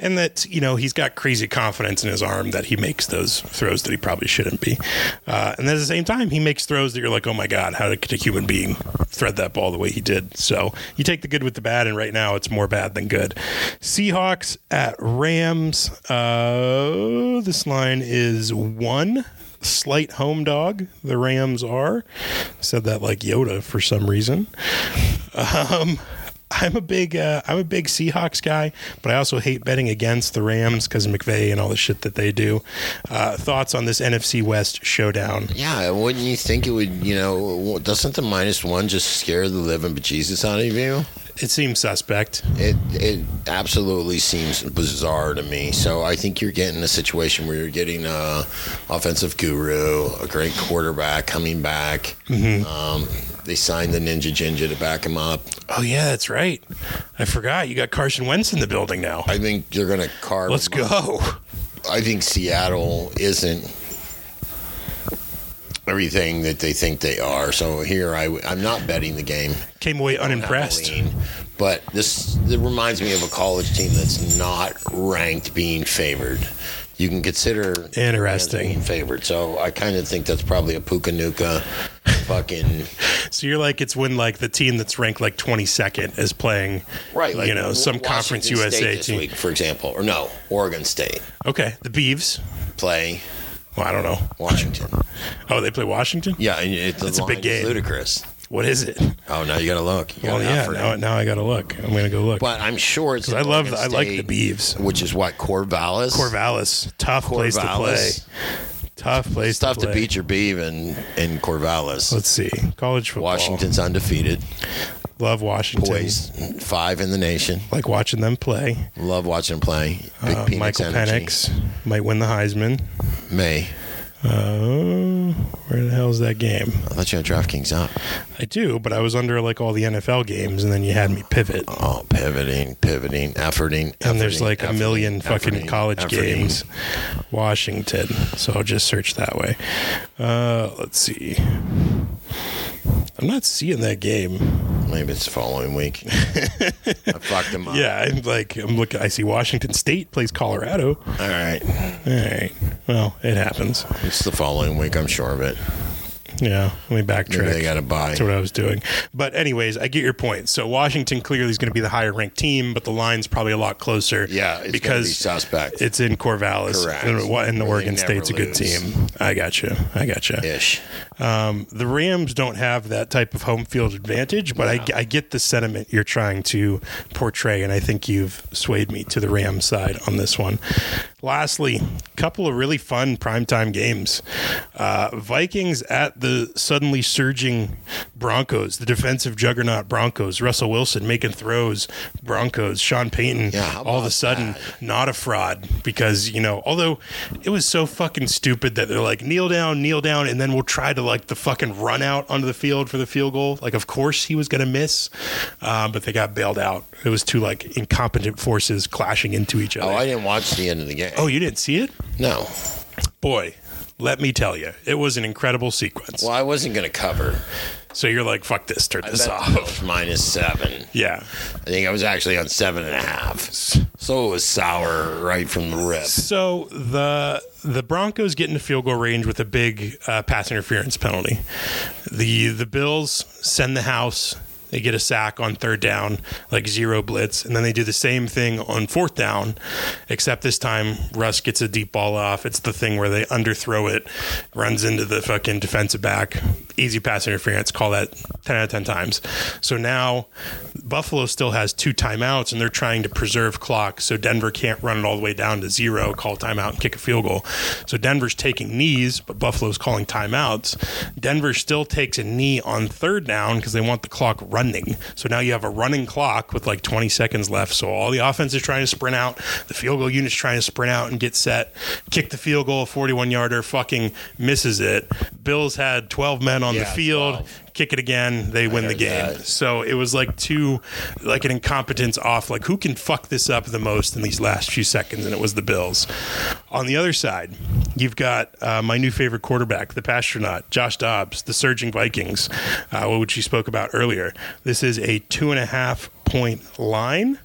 [SPEAKER 2] And that you know he's got crazy confidence in his arm that he makes those throws that he probably shouldn't be, uh, and at the same time he makes throws that you're like, oh my god, how did a human being thread that ball the way he did? So you take the good with the bad, and right now it's more bad than good. Seahawks at Rams. Uh, this line is one slight home dog. The Rams are said that like Yoda for some reason. Um, I'm a big uh, I'm a big Seahawks guy, but I also hate betting against the Rams because McVay and all the shit that they do. Uh, thoughts on this NFC West showdown?
[SPEAKER 1] Yeah, wouldn't you think it would? You know, doesn't the minus one just scare the living bejesus out of you?
[SPEAKER 2] It seems suspect.
[SPEAKER 1] It it absolutely seems bizarre to me. So I think you're getting a situation where you're getting a offensive guru, a great quarterback coming back.
[SPEAKER 2] Mm-hmm.
[SPEAKER 1] Um, they signed the Ninja Ginger to back him up.
[SPEAKER 2] Oh yeah, that's right. I forgot you got Carson Wentz in the building now.
[SPEAKER 1] I think they're going to carve.
[SPEAKER 2] Let's
[SPEAKER 1] him up.
[SPEAKER 2] go.
[SPEAKER 1] I think Seattle isn't everything that they think they are. So here I w- I'm not betting the game.
[SPEAKER 2] Came away unimpressed.
[SPEAKER 1] Halloween. But this it reminds me of a college team that's not ranked being favored. You can consider
[SPEAKER 2] Interesting.
[SPEAKER 1] being favored. So I kind of think that's probably a Puka Nuka fucking
[SPEAKER 2] So you're like it's when like the team that's ranked like 22nd is playing
[SPEAKER 1] right. Like
[SPEAKER 2] you know some
[SPEAKER 1] Washington
[SPEAKER 2] conference
[SPEAKER 1] State
[SPEAKER 2] USA
[SPEAKER 1] this
[SPEAKER 2] team.
[SPEAKER 1] week, for example, or no Oregon State
[SPEAKER 2] Okay, the Beavs.
[SPEAKER 1] play
[SPEAKER 2] Well, I don't know.
[SPEAKER 1] Washington.
[SPEAKER 2] Oh, they play Washington.
[SPEAKER 1] Yeah, and it, the
[SPEAKER 2] That's a
[SPEAKER 1] line
[SPEAKER 2] big
[SPEAKER 1] is
[SPEAKER 2] game.
[SPEAKER 1] ludicrous.
[SPEAKER 2] What is it?
[SPEAKER 1] Oh, now you got to look. You
[SPEAKER 2] Oh
[SPEAKER 1] gotta
[SPEAKER 2] yeah,
[SPEAKER 1] effort it.
[SPEAKER 2] now, now I gotta look. I'm gonna go look.
[SPEAKER 1] but I'm sure it's.
[SPEAKER 2] I love,
[SPEAKER 1] Oregon
[SPEAKER 2] I like the
[SPEAKER 1] State,
[SPEAKER 2] Beeves.
[SPEAKER 1] which is what Corvallis.
[SPEAKER 2] Corvallis, tough place
[SPEAKER 1] Corvallis.
[SPEAKER 2] to play. Tough place
[SPEAKER 1] It's tough
[SPEAKER 2] to
[SPEAKER 1] to
[SPEAKER 2] play.
[SPEAKER 1] beat your beeve in, in Corvallis.
[SPEAKER 2] Let's see, college football.
[SPEAKER 1] Washington's undefeted.
[SPEAKER 2] love Washington.
[SPEAKER 1] Boys, five in the nation.
[SPEAKER 2] Like watching them play.
[SPEAKER 1] Love watching him play. Big
[SPEAKER 2] Uh,
[SPEAKER 1] Penix
[SPEAKER 2] Michael
[SPEAKER 1] energy.
[SPEAKER 2] Penix might win the Heisman.
[SPEAKER 1] May.
[SPEAKER 2] Uh, where the hell is that game?
[SPEAKER 1] I thought you had DraftKings up.
[SPEAKER 2] I do, but I was under like all the NFL games, and then you had me pivot.
[SPEAKER 1] Oh, pivoting, pivoting, efforting.
[SPEAKER 2] And there's
[SPEAKER 1] efforting,
[SPEAKER 2] like a
[SPEAKER 1] efforting,
[SPEAKER 2] million fucking
[SPEAKER 1] efforting,
[SPEAKER 2] college
[SPEAKER 1] efforting.
[SPEAKER 2] games. Washington. So I'll just search that way. Uh, let's see. I'm not seeing that game.
[SPEAKER 1] Maybe it's the following week. I fucked him up.
[SPEAKER 2] Yeah, I'm like I'm looking. I see Washington State plays Colorado.
[SPEAKER 1] All right.
[SPEAKER 2] All right. Well, it happens.
[SPEAKER 1] It's the following week. I'm sure of it.
[SPEAKER 2] Yeah. Let me
[SPEAKER 1] Maybe
[SPEAKER 2] backtrack.
[SPEAKER 1] they got to buy.
[SPEAKER 2] That's what I was doing. But anyways, I get your point. So Washington clearly is going to be the higher ranked team, but the line's probably a lot closer.
[SPEAKER 1] Yeah, it's because
[SPEAKER 2] because
[SPEAKER 1] be suspect
[SPEAKER 2] It's in Corvallis.
[SPEAKER 1] Correct.
[SPEAKER 2] And, what- and the
[SPEAKER 1] They
[SPEAKER 2] Oregon
[SPEAKER 1] never
[SPEAKER 2] State's a
[SPEAKER 1] lose.
[SPEAKER 2] good team. I got you. I got you.
[SPEAKER 1] ish.
[SPEAKER 2] Um, the Rams don't have that type of home field advantage, but I, I get the sentiment you're trying to portray, and I think you've swayed me to the Rams side on this one. Lastly, couple of really fun primetime games. Uh, Vikings at the suddenly surging Broncos, the defensive juggernaut Broncos. Russell Wilson making throws, Broncos. Sean Payton
[SPEAKER 1] Yeah, how
[SPEAKER 2] all of a
[SPEAKER 1] about
[SPEAKER 2] sudden not a fraud because you know although it was so fucking stupid that they're like kneel down kneel down and then we'll try to like the fucking run out onto the field for the field goal like of course he was gonna miss uh, but they got bailed out it was two like incompetent forces clashing into each other
[SPEAKER 1] Oh, I didn't watch the end of the game.
[SPEAKER 2] oh you didn't see it
[SPEAKER 1] no.
[SPEAKER 2] boy let me tell you it was an incredible sequence
[SPEAKER 1] Well, I wasn't going to cover.
[SPEAKER 2] so you're like fuck this turn
[SPEAKER 1] I
[SPEAKER 2] this
[SPEAKER 1] bet
[SPEAKER 2] off
[SPEAKER 1] minus seven.
[SPEAKER 2] yeah
[SPEAKER 1] I think I was actually on seven and a half. So it was sour right from the rip.
[SPEAKER 2] So the the Broncos get into field goal range with a big uh, pass interference penalty. The the Bills send the house. They get a sack on third down, like zero blitz, and then they do the same thing on fourth down, except this time Russ gets a deep ball off. It's the thing where they underthrow it, runs into the fucking defensive back, easy pass interference. Call that ten out of ten times. So now Buffalo still has two timeouts, and they're trying to preserve clock so Denver can't run it all the way down to zero, call timeout, and kick a field goal. So Denver's taking knees, but Buffalo's calling timeouts. Denver still takes a knee on third down because they want the clock running. So now you have a running clock with like 20 seconds left. So all the offense is trying to sprint out. The field goal unit's trying to sprint out and get set. Kick the field goal, 41 yarder, fucking misses it. Bills had 12 men on the
[SPEAKER 3] Yeah,
[SPEAKER 2] field.
[SPEAKER 3] 12.
[SPEAKER 2] Kick it again, they win the
[SPEAKER 1] heard
[SPEAKER 2] game.
[SPEAKER 1] that.
[SPEAKER 2] So it was like two, like an incompetence off. Like who can fuck this up the most in these last few seconds? And it was the Bills. On the other side, you've got uh, my new favorite quarterback, the Pastronaut, Josh Dobbs, the surging Vikings, uh, which you spoke about earlier. This is a two and a half point line.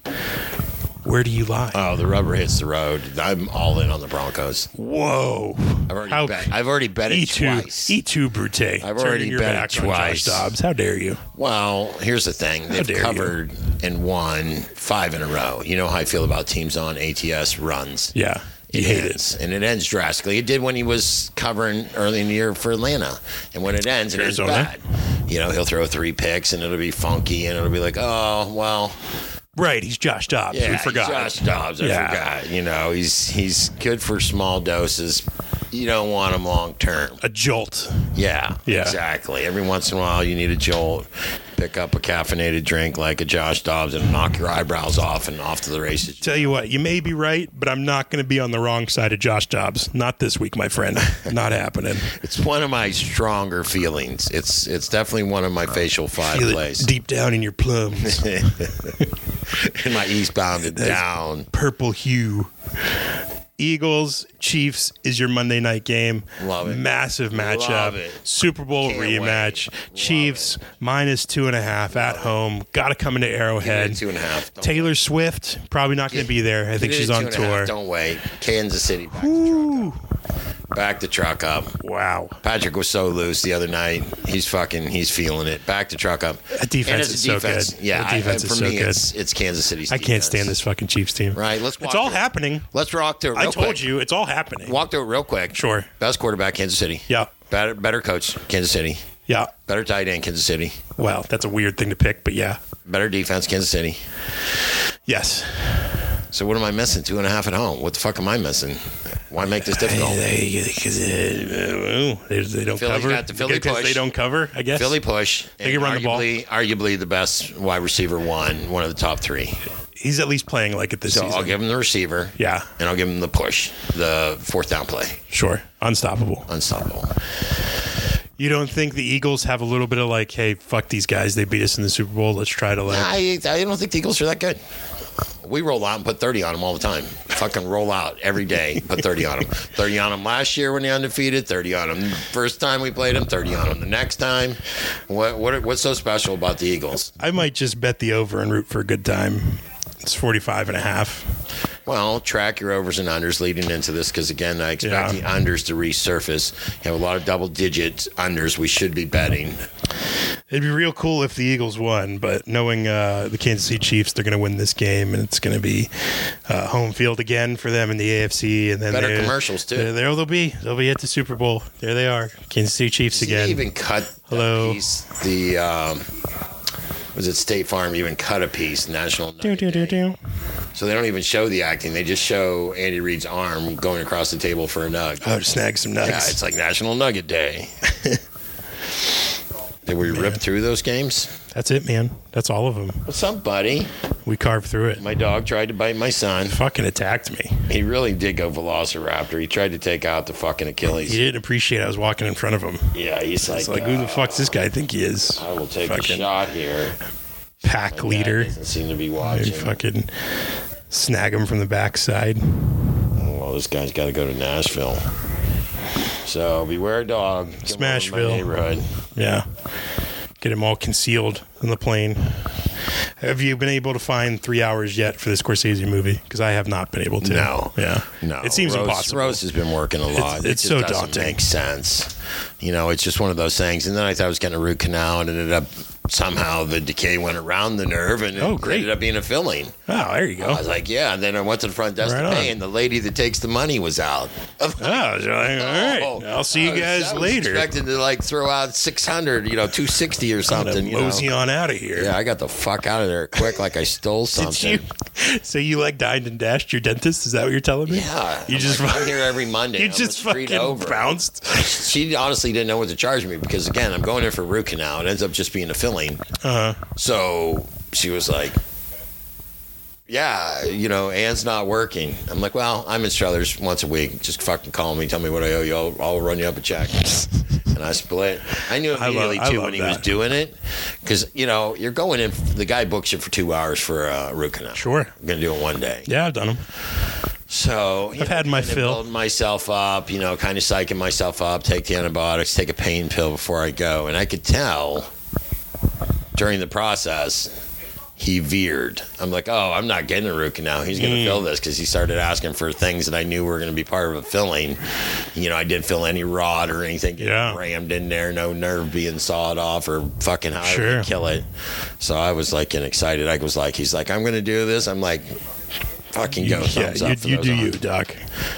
[SPEAKER 2] Where do you lie?
[SPEAKER 1] Oh, the rubber hits the road. I'm all in on the Broncos.
[SPEAKER 2] Whoa!
[SPEAKER 1] I've already
[SPEAKER 2] How-
[SPEAKER 1] bet. I've already bet it
[SPEAKER 2] E two,
[SPEAKER 1] twice.
[SPEAKER 2] E two, Brute. I've
[SPEAKER 1] already bet it twice.
[SPEAKER 2] Josh Dobbs. How dare you?
[SPEAKER 1] Well, here's the thing: they've
[SPEAKER 2] dare you.
[SPEAKER 1] covered and won five in a row. You know how I feel about teams on ATS runs.
[SPEAKER 2] Yeah, you
[SPEAKER 1] It
[SPEAKER 2] hate it.
[SPEAKER 1] ends, and it ends drastically. It did when he was covering early in the year for Atlanta, and when it ends, it ends
[SPEAKER 2] Arizona?
[SPEAKER 1] bad. You know, he'll throw three picks, and it'll be funky, and it'll be like, oh well,
[SPEAKER 2] Right, he's Josh Dobbs.
[SPEAKER 1] yeah,
[SPEAKER 2] we forgot.
[SPEAKER 1] Josh Dobbs. I
[SPEAKER 2] Yeah.
[SPEAKER 1] forgot. You know, he's he's good for small doses. You don't want him long term.
[SPEAKER 2] a jolt.
[SPEAKER 1] Yeah,
[SPEAKER 2] Yeah.
[SPEAKER 1] exactly. Every once in a while, you need a jolt. Pick up a caffeinated drink like a Josh Dobbs and knock your eyebrows off and off to the races.
[SPEAKER 2] Tell you what, you may be right, but I'm not going to be on the wrong side of Josh Dobbs. Not this week, my friend. Not happening.
[SPEAKER 1] It's one of my stronger feelings. It's it's definitely one of my facial five
[SPEAKER 2] Feel
[SPEAKER 1] plays.
[SPEAKER 2] it deep down in your plums,
[SPEAKER 1] in my eastbound and down.
[SPEAKER 2] purple hue. Eagles Chiefs is your Monday night game.
[SPEAKER 1] Love it.
[SPEAKER 2] Massive matchup.
[SPEAKER 1] Love it.
[SPEAKER 2] Super Bowl
[SPEAKER 1] Can't
[SPEAKER 2] rematch.
[SPEAKER 1] wait. Love
[SPEAKER 2] Chiefs minus two and a half at home. Got to come into Arrowhead.
[SPEAKER 1] Give it a two and a half. Don't
[SPEAKER 2] Taylor Swift probably not going to be there. I
[SPEAKER 1] Give
[SPEAKER 2] think
[SPEAKER 1] it
[SPEAKER 2] she's
[SPEAKER 1] a
[SPEAKER 2] on
[SPEAKER 1] two and a half.
[SPEAKER 2] tour.
[SPEAKER 1] Don't wait. Kansas City. Back,
[SPEAKER 2] Ooh.
[SPEAKER 1] back the truck up.
[SPEAKER 2] Wow.
[SPEAKER 1] Patrick was so loose the other night. He's fucking. He's feeling it. Back the truck up.
[SPEAKER 2] That defense
[SPEAKER 1] And it's
[SPEAKER 2] is
[SPEAKER 1] a
[SPEAKER 2] so
[SPEAKER 1] defense.
[SPEAKER 2] good.
[SPEAKER 1] Yeah,
[SPEAKER 2] That defense
[SPEAKER 1] I,
[SPEAKER 2] is
[SPEAKER 1] for
[SPEAKER 2] so
[SPEAKER 1] me,
[SPEAKER 2] good.
[SPEAKER 1] It's, it's Kansas City's.
[SPEAKER 2] I can't stand
[SPEAKER 1] defense.
[SPEAKER 2] this fucking Chiefs team.
[SPEAKER 1] Right, let's walk
[SPEAKER 2] It's all
[SPEAKER 1] through it.
[SPEAKER 2] happening.
[SPEAKER 1] Let's rock through. it
[SPEAKER 2] I
[SPEAKER 1] real
[SPEAKER 2] told
[SPEAKER 1] quick.
[SPEAKER 2] you, it's all happening.
[SPEAKER 1] Walk through it real quick.
[SPEAKER 2] Sure.
[SPEAKER 1] Best quarterback, Kansas City.
[SPEAKER 2] Yeah.
[SPEAKER 1] Better, better coach, Kansas City.
[SPEAKER 2] Yeah.
[SPEAKER 1] Better tight end, Kansas City.
[SPEAKER 2] Well, that's a weird thing to pick, but yeah.
[SPEAKER 1] Better defense, Kansas City.
[SPEAKER 2] Yes.
[SPEAKER 1] So what am I missing? Two and a half at home. What the fuck am I missing? Why make this difficult?
[SPEAKER 2] They, because they, they, they don't
[SPEAKER 1] Philly's
[SPEAKER 2] cover.
[SPEAKER 1] got the uh, Philly
[SPEAKER 2] because they
[SPEAKER 1] push.
[SPEAKER 2] don't cover, I guess.
[SPEAKER 1] Philly push. They
[SPEAKER 2] can run the ball.
[SPEAKER 1] arguably, Arguably the best wide receiver one, one of the top three.
[SPEAKER 2] He's at least playing like it this
[SPEAKER 1] So
[SPEAKER 2] season.
[SPEAKER 1] I'll give him the receiver.
[SPEAKER 2] Yeah.
[SPEAKER 1] And I'll give him the push, the fourth down play.
[SPEAKER 2] sure. Unstoppable.
[SPEAKER 1] Unstoppable.
[SPEAKER 2] You don't think the Eagles have a little bit of like, hey, fuck these guys. They beat us in the Super Bowl. Let's try to like.
[SPEAKER 1] I, I don't think the Eagles are that good. We roll out and put 30 on them all the time. Fucking roll out every day, put 30 on them. 30 on them last year when they undefeated, 30 on them first time we played them, 30 on them the next time. What, what What's so special about the Eagles?
[SPEAKER 2] I might just bet the over and root for a good time. It's 45 and a half.
[SPEAKER 1] Well, track your overs and unders leading into this because, again, I expect the
[SPEAKER 2] Yeah.
[SPEAKER 1] unders to resurface. You have a lot of double digit unders we should be betting.
[SPEAKER 2] It'd be real cool if the Eagles won, but knowing uh, the Kansas City Chiefs, they're going to win this game, and it's going to be uh, home field again for them in the AFC, and then
[SPEAKER 1] Better
[SPEAKER 2] they-
[SPEAKER 1] commercials, too.
[SPEAKER 2] There, there they'll be. They'll be at the Super Bowl. There they are, Kansas City Chiefs
[SPEAKER 1] Did
[SPEAKER 2] again.
[SPEAKER 1] he even cut
[SPEAKER 2] Hello.
[SPEAKER 1] a piece? The, um, was it State Farm even cut a piece, National
[SPEAKER 2] do,
[SPEAKER 1] Night
[SPEAKER 2] do,
[SPEAKER 1] Day?
[SPEAKER 2] do, do.
[SPEAKER 1] So they don't even show the acting. They just show Andy Reid's arm going across the table for a nug.
[SPEAKER 2] Oh, to snag some
[SPEAKER 1] yeah,
[SPEAKER 2] nuggets.
[SPEAKER 1] it's like National Nugget Day. Did we rip through those games?
[SPEAKER 2] That's it, man. That's all of them.
[SPEAKER 1] What's up, buddy?
[SPEAKER 2] We carved through it.
[SPEAKER 1] My dog tried to bite my son.
[SPEAKER 2] Fucking attacked me.
[SPEAKER 1] He really did go Velociraptor. He tried to take out the fucking Achilles.
[SPEAKER 2] He didn't appreciate I was walking in front of him.
[SPEAKER 1] Yeah, he's like,
[SPEAKER 2] It's like,
[SPEAKER 1] uh,
[SPEAKER 2] who the fuck's this guy think he is?
[SPEAKER 1] I will take
[SPEAKER 2] fucking
[SPEAKER 1] a shot here.
[SPEAKER 2] Pack
[SPEAKER 1] Dad
[SPEAKER 2] leader.
[SPEAKER 1] doesn't seem to be
[SPEAKER 2] And
[SPEAKER 1] watching.
[SPEAKER 2] fucking snag him from the backside.
[SPEAKER 1] Well, this guy's got to go to Nashville. So beware dog. Come over to my
[SPEAKER 2] Smashville.
[SPEAKER 1] Neighborhood.
[SPEAKER 2] Yeah. Get them all concealed in the plane. Have you been able to find three hours yet for the Scorsese movie? Because I have not been able to.
[SPEAKER 1] No.
[SPEAKER 2] Yeah.
[SPEAKER 1] No,
[SPEAKER 2] It seems
[SPEAKER 1] Rose,
[SPEAKER 2] impossible.
[SPEAKER 1] Rose has been working a lot.
[SPEAKER 2] It's-
[SPEAKER 1] It
[SPEAKER 2] it's
[SPEAKER 1] just
[SPEAKER 2] so
[SPEAKER 1] doesn't
[SPEAKER 2] daunting.
[SPEAKER 1] Make sense. You know, it's just one of those things. And then I thought I was getting a root canal, and ended up somehow the decay went around the nerve and it
[SPEAKER 2] Oh, great.
[SPEAKER 1] ended up being a filling.
[SPEAKER 2] Oh, there you go.
[SPEAKER 1] I was like, yeah. And then I went to the front desk
[SPEAKER 2] Right
[SPEAKER 1] to pay,
[SPEAKER 2] on.
[SPEAKER 1] and the lady that takes the money was out.
[SPEAKER 2] Oh, so like, all right. I'll see you
[SPEAKER 1] I was-
[SPEAKER 2] guys
[SPEAKER 1] I was
[SPEAKER 2] later.
[SPEAKER 1] Expected to like throw out six hundred, you know, two sixty or
[SPEAKER 2] I'm gonna
[SPEAKER 1] something. You know?
[SPEAKER 2] mosey on out of here.
[SPEAKER 1] Yeah, I got the fuck out of there quick, like I stole
[SPEAKER 2] Did
[SPEAKER 1] something.
[SPEAKER 2] you? So you like dined and dashed your dentist? Is that what you're telling me?
[SPEAKER 1] Yeah,
[SPEAKER 2] You
[SPEAKER 1] I'm
[SPEAKER 2] just
[SPEAKER 1] like,
[SPEAKER 2] fu-
[SPEAKER 1] I'm here every Monday.
[SPEAKER 2] You
[SPEAKER 1] I'm a
[SPEAKER 2] just
[SPEAKER 1] street
[SPEAKER 2] fucking bounced.
[SPEAKER 1] She honestly didn't know what to charge me because again, I'm going in for root canal. It ends up just being a filling.
[SPEAKER 2] Uh,
[SPEAKER 1] So she was like, "Yeah, you know, Ann's not working." I'm like, "Well, I'm in Struthers once a week. Just fucking call me, tell me what I owe you. I'll, I'll run you up a check." and I split. I knew
[SPEAKER 2] I love-
[SPEAKER 1] immediately
[SPEAKER 2] I
[SPEAKER 1] too
[SPEAKER 2] love
[SPEAKER 1] when he was
[SPEAKER 2] that.
[SPEAKER 1] doing it because you know you're going in. The guy books you for two hours for uh, root canal.
[SPEAKER 2] sure.
[SPEAKER 1] I'm gonna do it one day.
[SPEAKER 2] Yeah, I've done them.
[SPEAKER 1] So you
[SPEAKER 2] I've had my
[SPEAKER 1] kinda
[SPEAKER 2] fill.
[SPEAKER 1] Building myself up, you know, kind of psyching myself up. Take the antibiotics, take a pain pill before I go, and I could tell during the process he veered. I'm like, oh, I'm not getting a root canal. He's
[SPEAKER 2] Mm.
[SPEAKER 1] going to fill this because he started asking for things that I knew were going to be part of a filling. You know, I didn't feel any rod or anything getting
[SPEAKER 2] Yeah.
[SPEAKER 1] rammed in there, no nerve being sawed off or fucking how I
[SPEAKER 2] Sure.
[SPEAKER 1] would kill it. So I was like, getting excited. I was like, he's like, I'm going to do this. I'm like. Fucking go!
[SPEAKER 2] yeah,
[SPEAKER 1] Thumbs up
[SPEAKER 2] you,
[SPEAKER 1] for
[SPEAKER 2] you
[SPEAKER 1] those
[SPEAKER 2] do
[SPEAKER 1] odds.
[SPEAKER 2] you, Doc.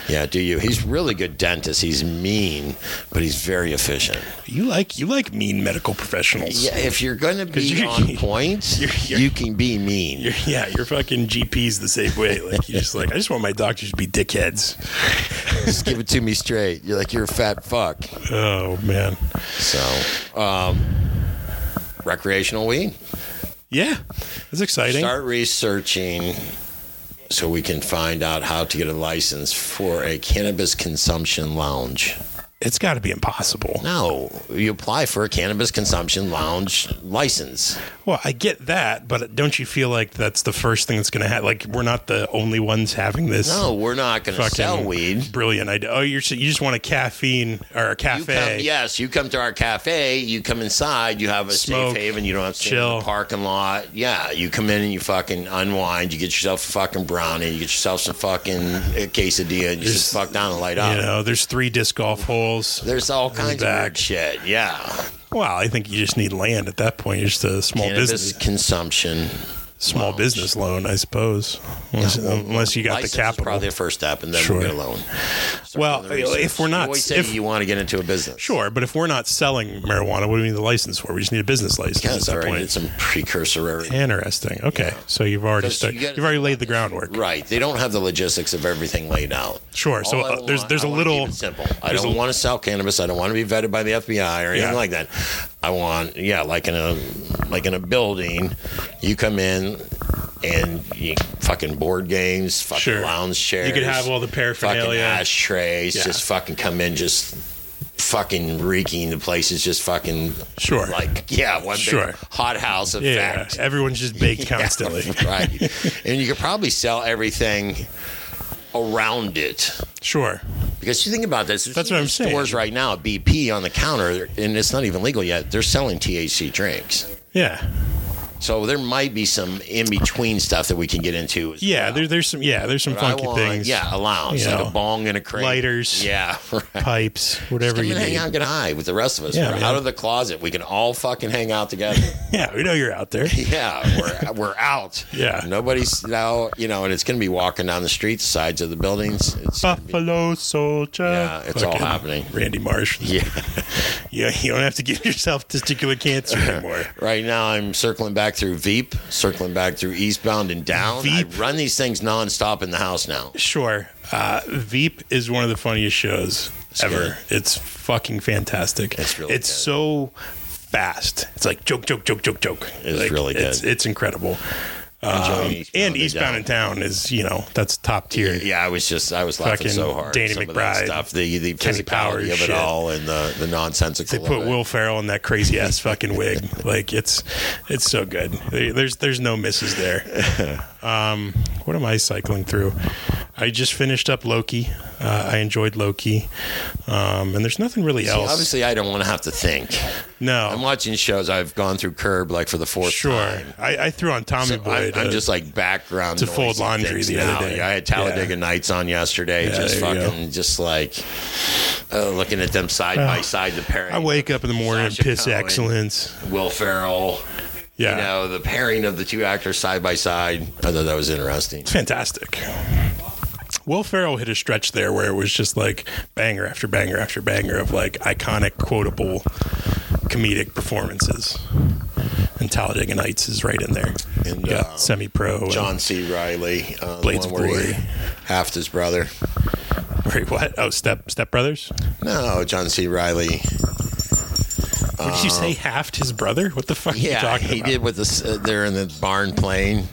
[SPEAKER 1] Yeah, do you? He's really good dentist. He's mean, but he's very efficient.
[SPEAKER 2] You like you like mean medical professionals.
[SPEAKER 1] Yeah, if you're going to be
[SPEAKER 2] you're-
[SPEAKER 1] on point,
[SPEAKER 2] you're- you're-
[SPEAKER 1] you can be mean.
[SPEAKER 2] You're, yeah, your fucking GP's the same way. Like you just like I just want my doctors to be dickheads.
[SPEAKER 1] Just give it to me straight. You're like you're a fat fuck.
[SPEAKER 2] Oh man.
[SPEAKER 1] So, um, recreational weed.
[SPEAKER 2] Yeah, it's exciting.
[SPEAKER 1] Start researching so we can find out how to get a license for a cannabis consumption lounge.
[SPEAKER 2] It's got to be impossible.
[SPEAKER 1] No, you apply for a cannabis consumption lounge license.
[SPEAKER 2] Well, I get that, but don't you feel like that's the first thing that's going to happen? Like we're not the only ones having this.
[SPEAKER 1] No, we're not going to
[SPEAKER 2] fucking
[SPEAKER 1] sell weed.
[SPEAKER 2] Brilliant idea. Oh, you're s- you just want a caffeine or a
[SPEAKER 1] You come,
[SPEAKER 2] cafe?
[SPEAKER 1] yes, you come to our cafe. You come inside. You have a
[SPEAKER 2] Smoke,
[SPEAKER 1] safe haven. You don't have to chill. in
[SPEAKER 2] chill.
[SPEAKER 1] the parking lot. Yeah, you come in and you fucking unwind. You get yourself a fucking brownie. You get yourself some fucking uh, quesadilla. And you just fuck down and light up.
[SPEAKER 2] You know, there's three disc golf holes.
[SPEAKER 1] There's all kinds of
[SPEAKER 2] back.
[SPEAKER 1] weird shit. Yeah,
[SPEAKER 2] Well, I think you just need land at that point. You're just a small
[SPEAKER 1] cannabis
[SPEAKER 2] business,
[SPEAKER 1] consumption.
[SPEAKER 2] small business loan, I suppose. Unless, unless you got the
[SPEAKER 1] License is
[SPEAKER 2] capital.
[SPEAKER 1] probably the first step, and then
[SPEAKER 2] Sure.
[SPEAKER 1] we get a loan.
[SPEAKER 2] well,
[SPEAKER 1] The research.
[SPEAKER 2] if we're
[SPEAKER 1] you
[SPEAKER 2] not,
[SPEAKER 1] always say
[SPEAKER 2] if,
[SPEAKER 1] you want to get into a business,
[SPEAKER 2] sure, but if we're not selling marijuana, what do we need the license for? We just need a business license
[SPEAKER 1] Kind of
[SPEAKER 2] at that
[SPEAKER 1] already did
[SPEAKER 2] point.
[SPEAKER 1] some precursor area.
[SPEAKER 2] Interesting. Okay, so you've already
[SPEAKER 1] 'Cause
[SPEAKER 2] start,
[SPEAKER 1] you
[SPEAKER 2] you
[SPEAKER 1] gotta-
[SPEAKER 2] have already laid the groundwork.
[SPEAKER 1] Right. They don't have the logistics of everything laid out.
[SPEAKER 2] Sure. So
[SPEAKER 1] All I
[SPEAKER 2] uh, there's
[SPEAKER 1] want-
[SPEAKER 2] there's
[SPEAKER 1] I
[SPEAKER 2] a
[SPEAKER 1] wanna keep
[SPEAKER 2] little
[SPEAKER 1] it simple. I
[SPEAKER 2] there's
[SPEAKER 1] don't
[SPEAKER 2] a-
[SPEAKER 1] want to sell cannabis. I don't want to be vetted by the FBI or anything
[SPEAKER 2] Yeah.
[SPEAKER 1] like that. I want yeah, like in a like in a building, you come in and you fucking board games, fucking
[SPEAKER 2] Sure.
[SPEAKER 1] lounge chairs.
[SPEAKER 2] you could have all the
[SPEAKER 1] fucking
[SPEAKER 2] paraphernalia.
[SPEAKER 1] ashtrays.
[SPEAKER 2] Yeah.
[SPEAKER 1] Just fucking come in, just fucking reeking. The place is just fucking
[SPEAKER 2] Sure.
[SPEAKER 1] Like yeah, one
[SPEAKER 2] Sure.
[SPEAKER 1] big hot house of
[SPEAKER 2] yeah, yeah,
[SPEAKER 1] fact.
[SPEAKER 2] everyone's just baked constantly.
[SPEAKER 1] right. And you could probably sell everything around it.
[SPEAKER 2] Sure.
[SPEAKER 1] Because you think about this, there's
[SPEAKER 2] That's what I'm saying.
[SPEAKER 1] Stores right now, BP on the counter, and it's not even legal yet. They're selling THC drinks,
[SPEAKER 2] Yeah.
[SPEAKER 1] so there might be some in between stuff that we can get into. as
[SPEAKER 2] Yeah,
[SPEAKER 1] well.
[SPEAKER 2] there, there's some yeah, there's some
[SPEAKER 1] But I
[SPEAKER 2] funky
[SPEAKER 1] want-
[SPEAKER 2] things.
[SPEAKER 1] Yeah, a lounge,
[SPEAKER 2] You
[SPEAKER 1] like
[SPEAKER 2] know,
[SPEAKER 1] a bong and a crate,
[SPEAKER 2] lighters.
[SPEAKER 1] Yeah, right.
[SPEAKER 2] Pipes, whatever
[SPEAKER 1] Come
[SPEAKER 2] you
[SPEAKER 1] and hang
[SPEAKER 2] need.
[SPEAKER 1] out, and get high with the rest of us.
[SPEAKER 2] Yeah,
[SPEAKER 1] we're
[SPEAKER 2] man.
[SPEAKER 1] out of the closet. We can all fucking hang out together.
[SPEAKER 2] Yeah, we know you're out there.
[SPEAKER 1] yeah, we're we're out.
[SPEAKER 2] Yeah.
[SPEAKER 1] nobody's now. You know, and it's gonna be walking down the streets, sides of the buildings. It's
[SPEAKER 2] Buffalo soldier.
[SPEAKER 1] Yeah, it's all happening.
[SPEAKER 2] Randy Marsh. Yeah.
[SPEAKER 1] yeah.
[SPEAKER 2] You, you don't have to give yourself testicular cancer anymore.
[SPEAKER 1] Right now, I'm circling back through Veep, circling back through eastbound and down.
[SPEAKER 2] Veep.
[SPEAKER 1] I run these things nonstop in the house now.
[SPEAKER 2] Sure. Uh, Veep is one of the funniest shows ever.
[SPEAKER 1] good.
[SPEAKER 2] It's fucking fantastic.
[SPEAKER 1] It's really
[SPEAKER 2] It's
[SPEAKER 1] good.
[SPEAKER 2] so fast. It's like joke, joke, joke, joke, joke.
[SPEAKER 1] It's
[SPEAKER 2] Like,
[SPEAKER 1] really
[SPEAKER 2] It's,
[SPEAKER 1] good.
[SPEAKER 2] it's incredible.
[SPEAKER 1] Enjoying
[SPEAKER 2] Um, and
[SPEAKER 1] Down.
[SPEAKER 2] Eastbound in Town is, you know, that's top tier.
[SPEAKER 1] Yeah, I was just I was laughing
[SPEAKER 2] Fucking
[SPEAKER 1] so hard.
[SPEAKER 2] Danny
[SPEAKER 1] Some of that
[SPEAKER 2] McBride,
[SPEAKER 1] stuff, the the
[SPEAKER 2] Kenny Powers
[SPEAKER 1] physicality of it
[SPEAKER 2] shit.
[SPEAKER 1] all, and the the nonsensical.
[SPEAKER 2] They put
[SPEAKER 1] of it.
[SPEAKER 2] Will Ferrell in that crazy ass fucking wig. Like it's it's so good. There- There's there's no misses there. Um, what am I cycling through? I just finished up Loki. Uh, I enjoyed Loki, um, and there's nothing really else.
[SPEAKER 1] Obviously, I don't want to have to think.
[SPEAKER 2] no,
[SPEAKER 1] I'm watching shows. I've gone through Curb like for the fourth
[SPEAKER 2] sure.
[SPEAKER 1] time.
[SPEAKER 2] I, I threw on Tommy
[SPEAKER 1] So
[SPEAKER 2] uh, Boy.
[SPEAKER 1] I'm, I'm just like background
[SPEAKER 2] to
[SPEAKER 1] noise
[SPEAKER 2] fold
[SPEAKER 1] and
[SPEAKER 2] laundry
[SPEAKER 1] things
[SPEAKER 2] the other
[SPEAKER 1] now.
[SPEAKER 2] day.
[SPEAKER 1] Yeah, I had Talladega
[SPEAKER 2] Yeah.
[SPEAKER 1] Nights on yesterday.
[SPEAKER 2] Yeah,
[SPEAKER 1] just
[SPEAKER 2] there you go.
[SPEAKER 1] fucking, just like uh, looking at them side by side. The pairing.
[SPEAKER 2] Ah. I wake up in the morning and
[SPEAKER 1] Sasha
[SPEAKER 2] piss
[SPEAKER 1] Cohen.
[SPEAKER 2] excellence.
[SPEAKER 1] Will Ferrell.
[SPEAKER 2] Yeah,
[SPEAKER 1] You know the pairing of the two actors side by side. I thought that was interesting.
[SPEAKER 2] fantastic. Will Ferrell hit a stretch there where it was just like banger after banger after banger of like iconic, quotable, comedic performances. And Talladega Nights is right in there.
[SPEAKER 1] And,
[SPEAKER 2] yeah,
[SPEAKER 1] uh,
[SPEAKER 2] semi pro.
[SPEAKER 1] John C. Riley, uh, the
[SPEAKER 2] Blades
[SPEAKER 1] one
[SPEAKER 2] of
[SPEAKER 1] where he
[SPEAKER 2] Glory.
[SPEAKER 1] halved his brother.
[SPEAKER 2] Wait, what? Oh, Step Step Brothers.
[SPEAKER 1] No, John C. Riley.
[SPEAKER 2] What did you say? Halved his brother? What the fuck are you
[SPEAKER 1] Um, Yeah,
[SPEAKER 2] talking
[SPEAKER 1] he
[SPEAKER 2] about?
[SPEAKER 1] did with the. Uh, they're in the barn playing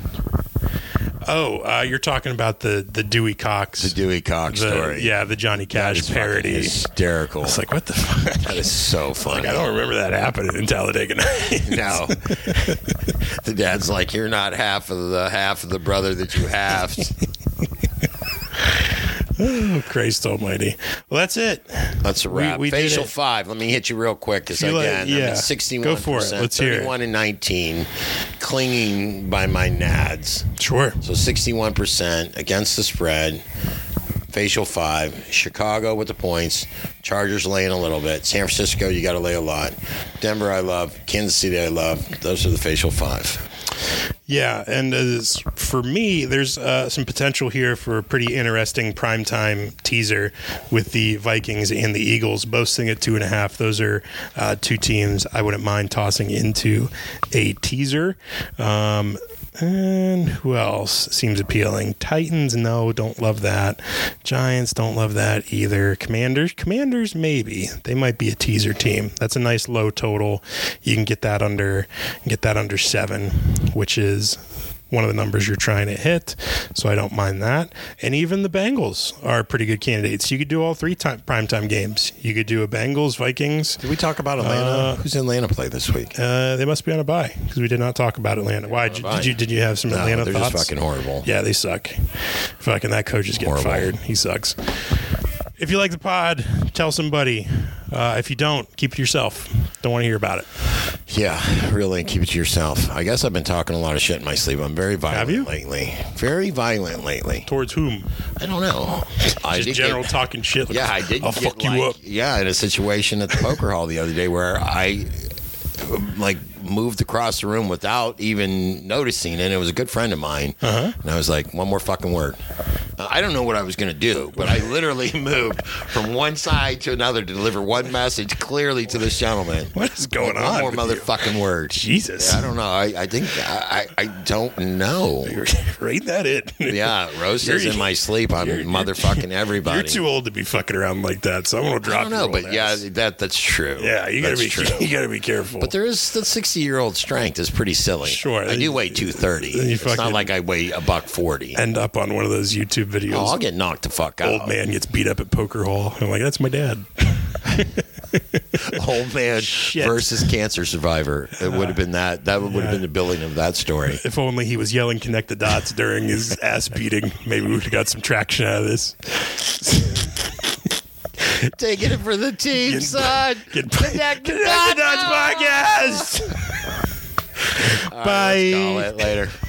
[SPEAKER 2] Oh, uh, you're talking about the the Dewey Cox,
[SPEAKER 1] the Dewey Cox
[SPEAKER 2] the-
[SPEAKER 1] story.
[SPEAKER 2] yeah, the Johnny Cash
[SPEAKER 1] It's
[SPEAKER 2] parody.
[SPEAKER 1] fucking
[SPEAKER 2] It's
[SPEAKER 1] hysterical.
[SPEAKER 2] like what the fuck?
[SPEAKER 1] that is so funny.
[SPEAKER 2] I don't remember that happening in Talladega Nights.
[SPEAKER 1] No. the dad's like, you're not half of the half of the brother that you halved.
[SPEAKER 2] Oh, Christ Almighty! Well, that's it.
[SPEAKER 1] That's a wrap.
[SPEAKER 2] we did
[SPEAKER 1] Facial
[SPEAKER 2] it.
[SPEAKER 1] five. Let me hit you real quick because
[SPEAKER 2] You like-
[SPEAKER 1] again, I'm
[SPEAKER 2] yeah.
[SPEAKER 1] at 61.
[SPEAKER 2] Go for it. Let's hear it.
[SPEAKER 1] 31 and 19, clinging by my nads.
[SPEAKER 2] Sure.
[SPEAKER 1] So 61% against the spread. Facial five. Chicago with the points. Chargers laying a little bit. San Francisco, you got to lay a lot. Denver, I love. Kansas City, I love. Those are the facial five.
[SPEAKER 2] Yeah, and as for me, there's uh, some potential here for a pretty interesting primetime teaser with the Vikings and the Eagles, both sitting at two and a half. Those are uh, two teams I wouldn't mind tossing into a teaser. Um, and who else seems appealing? Titans, no, don't love that. Giants, don't love that either. Commanders, Commanders, maybe they might be a teaser team. That's a nice low total. You can get that under, get that under seven, which is one of the numbers you're trying to hit. So I don't mind that. And even the Bengals are pretty good candidates. You could do all three time primetime games. You could do a Bengals Vikings.
[SPEAKER 1] Did we talk about Atlanta? Uh, Who's Atlanta play this week?
[SPEAKER 2] Uh, they must be on a bye because we did not talk about Atlanta. Why did you,
[SPEAKER 1] bye.
[SPEAKER 2] did you did you have some
[SPEAKER 1] No,
[SPEAKER 2] Atlanta
[SPEAKER 1] they're
[SPEAKER 2] thoughts?
[SPEAKER 1] just fucking horrible.
[SPEAKER 2] Yeah, they suck. Fucking that coach is getting
[SPEAKER 1] Horrible.
[SPEAKER 2] fired. He sucks. If you like the pod, tell somebody. Uh, if you don't, keep it yourself. Don't want to hear about it.
[SPEAKER 1] Yeah, really keep it to yourself. I guess I've been talking a lot of shit in my sleep. I'm very violent
[SPEAKER 2] you?
[SPEAKER 1] lately. Very violent lately.
[SPEAKER 2] Towards whom?
[SPEAKER 1] I don't know. I
[SPEAKER 2] Just
[SPEAKER 1] did
[SPEAKER 2] general
[SPEAKER 1] get-
[SPEAKER 2] talking shit. Like,
[SPEAKER 1] yeah, I did.
[SPEAKER 2] I'll
[SPEAKER 1] get,
[SPEAKER 2] fuck you
[SPEAKER 1] like-
[SPEAKER 2] up.
[SPEAKER 1] Yeah, in a situation at the poker hall the other day where I like moved across the room without even noticing, and it was a good friend of mine. Uh-huh. And I was like, one more fucking word. I don't know what I was going to do, but I literally moved from one side to another to deliver one message clearly to this gentleman.
[SPEAKER 2] What is going
[SPEAKER 1] one
[SPEAKER 2] on?
[SPEAKER 1] more
[SPEAKER 2] with you?
[SPEAKER 1] motherfucking word.
[SPEAKER 2] Jesus.
[SPEAKER 1] Yeah, I don't know. I, I think I, I, I don't know.
[SPEAKER 2] Read that in.
[SPEAKER 1] Yeah, Rose says
[SPEAKER 2] You're-
[SPEAKER 1] in my sleep, I'm motherfucking everybody.
[SPEAKER 2] You're too old to be fucking around like that, so I'm gonna drop.
[SPEAKER 1] I don't know,
[SPEAKER 2] your
[SPEAKER 1] but
[SPEAKER 2] old
[SPEAKER 1] yeah,
[SPEAKER 2] ass.
[SPEAKER 1] that that's true.
[SPEAKER 2] yeah, you gotta
[SPEAKER 1] that's
[SPEAKER 2] be you gotta be careful.
[SPEAKER 1] But there is the sixty-year-old strength is pretty silly.
[SPEAKER 2] Sure.
[SPEAKER 1] I do weigh two thirty.
[SPEAKER 2] you
[SPEAKER 1] It's
[SPEAKER 2] fucking-
[SPEAKER 1] not like I weigh a buck forty.
[SPEAKER 2] end up on one of those YouTube videos.
[SPEAKER 1] Oh, I'll get knocked the fuck out.
[SPEAKER 2] Old man gets beat up at poker hall. I'm like, that's my dad.
[SPEAKER 1] Old man
[SPEAKER 2] Shit.
[SPEAKER 1] versus cancer survivor. It would have been that. That would have been the building of that story.
[SPEAKER 2] If only he was yelling "connect the dots" during his ass beating, maybe we would have got some traction out of this.
[SPEAKER 1] Taking it for the team, son.
[SPEAKER 2] Get connect the dots podcast.
[SPEAKER 1] Let's
[SPEAKER 2] Bye.
[SPEAKER 1] call it later.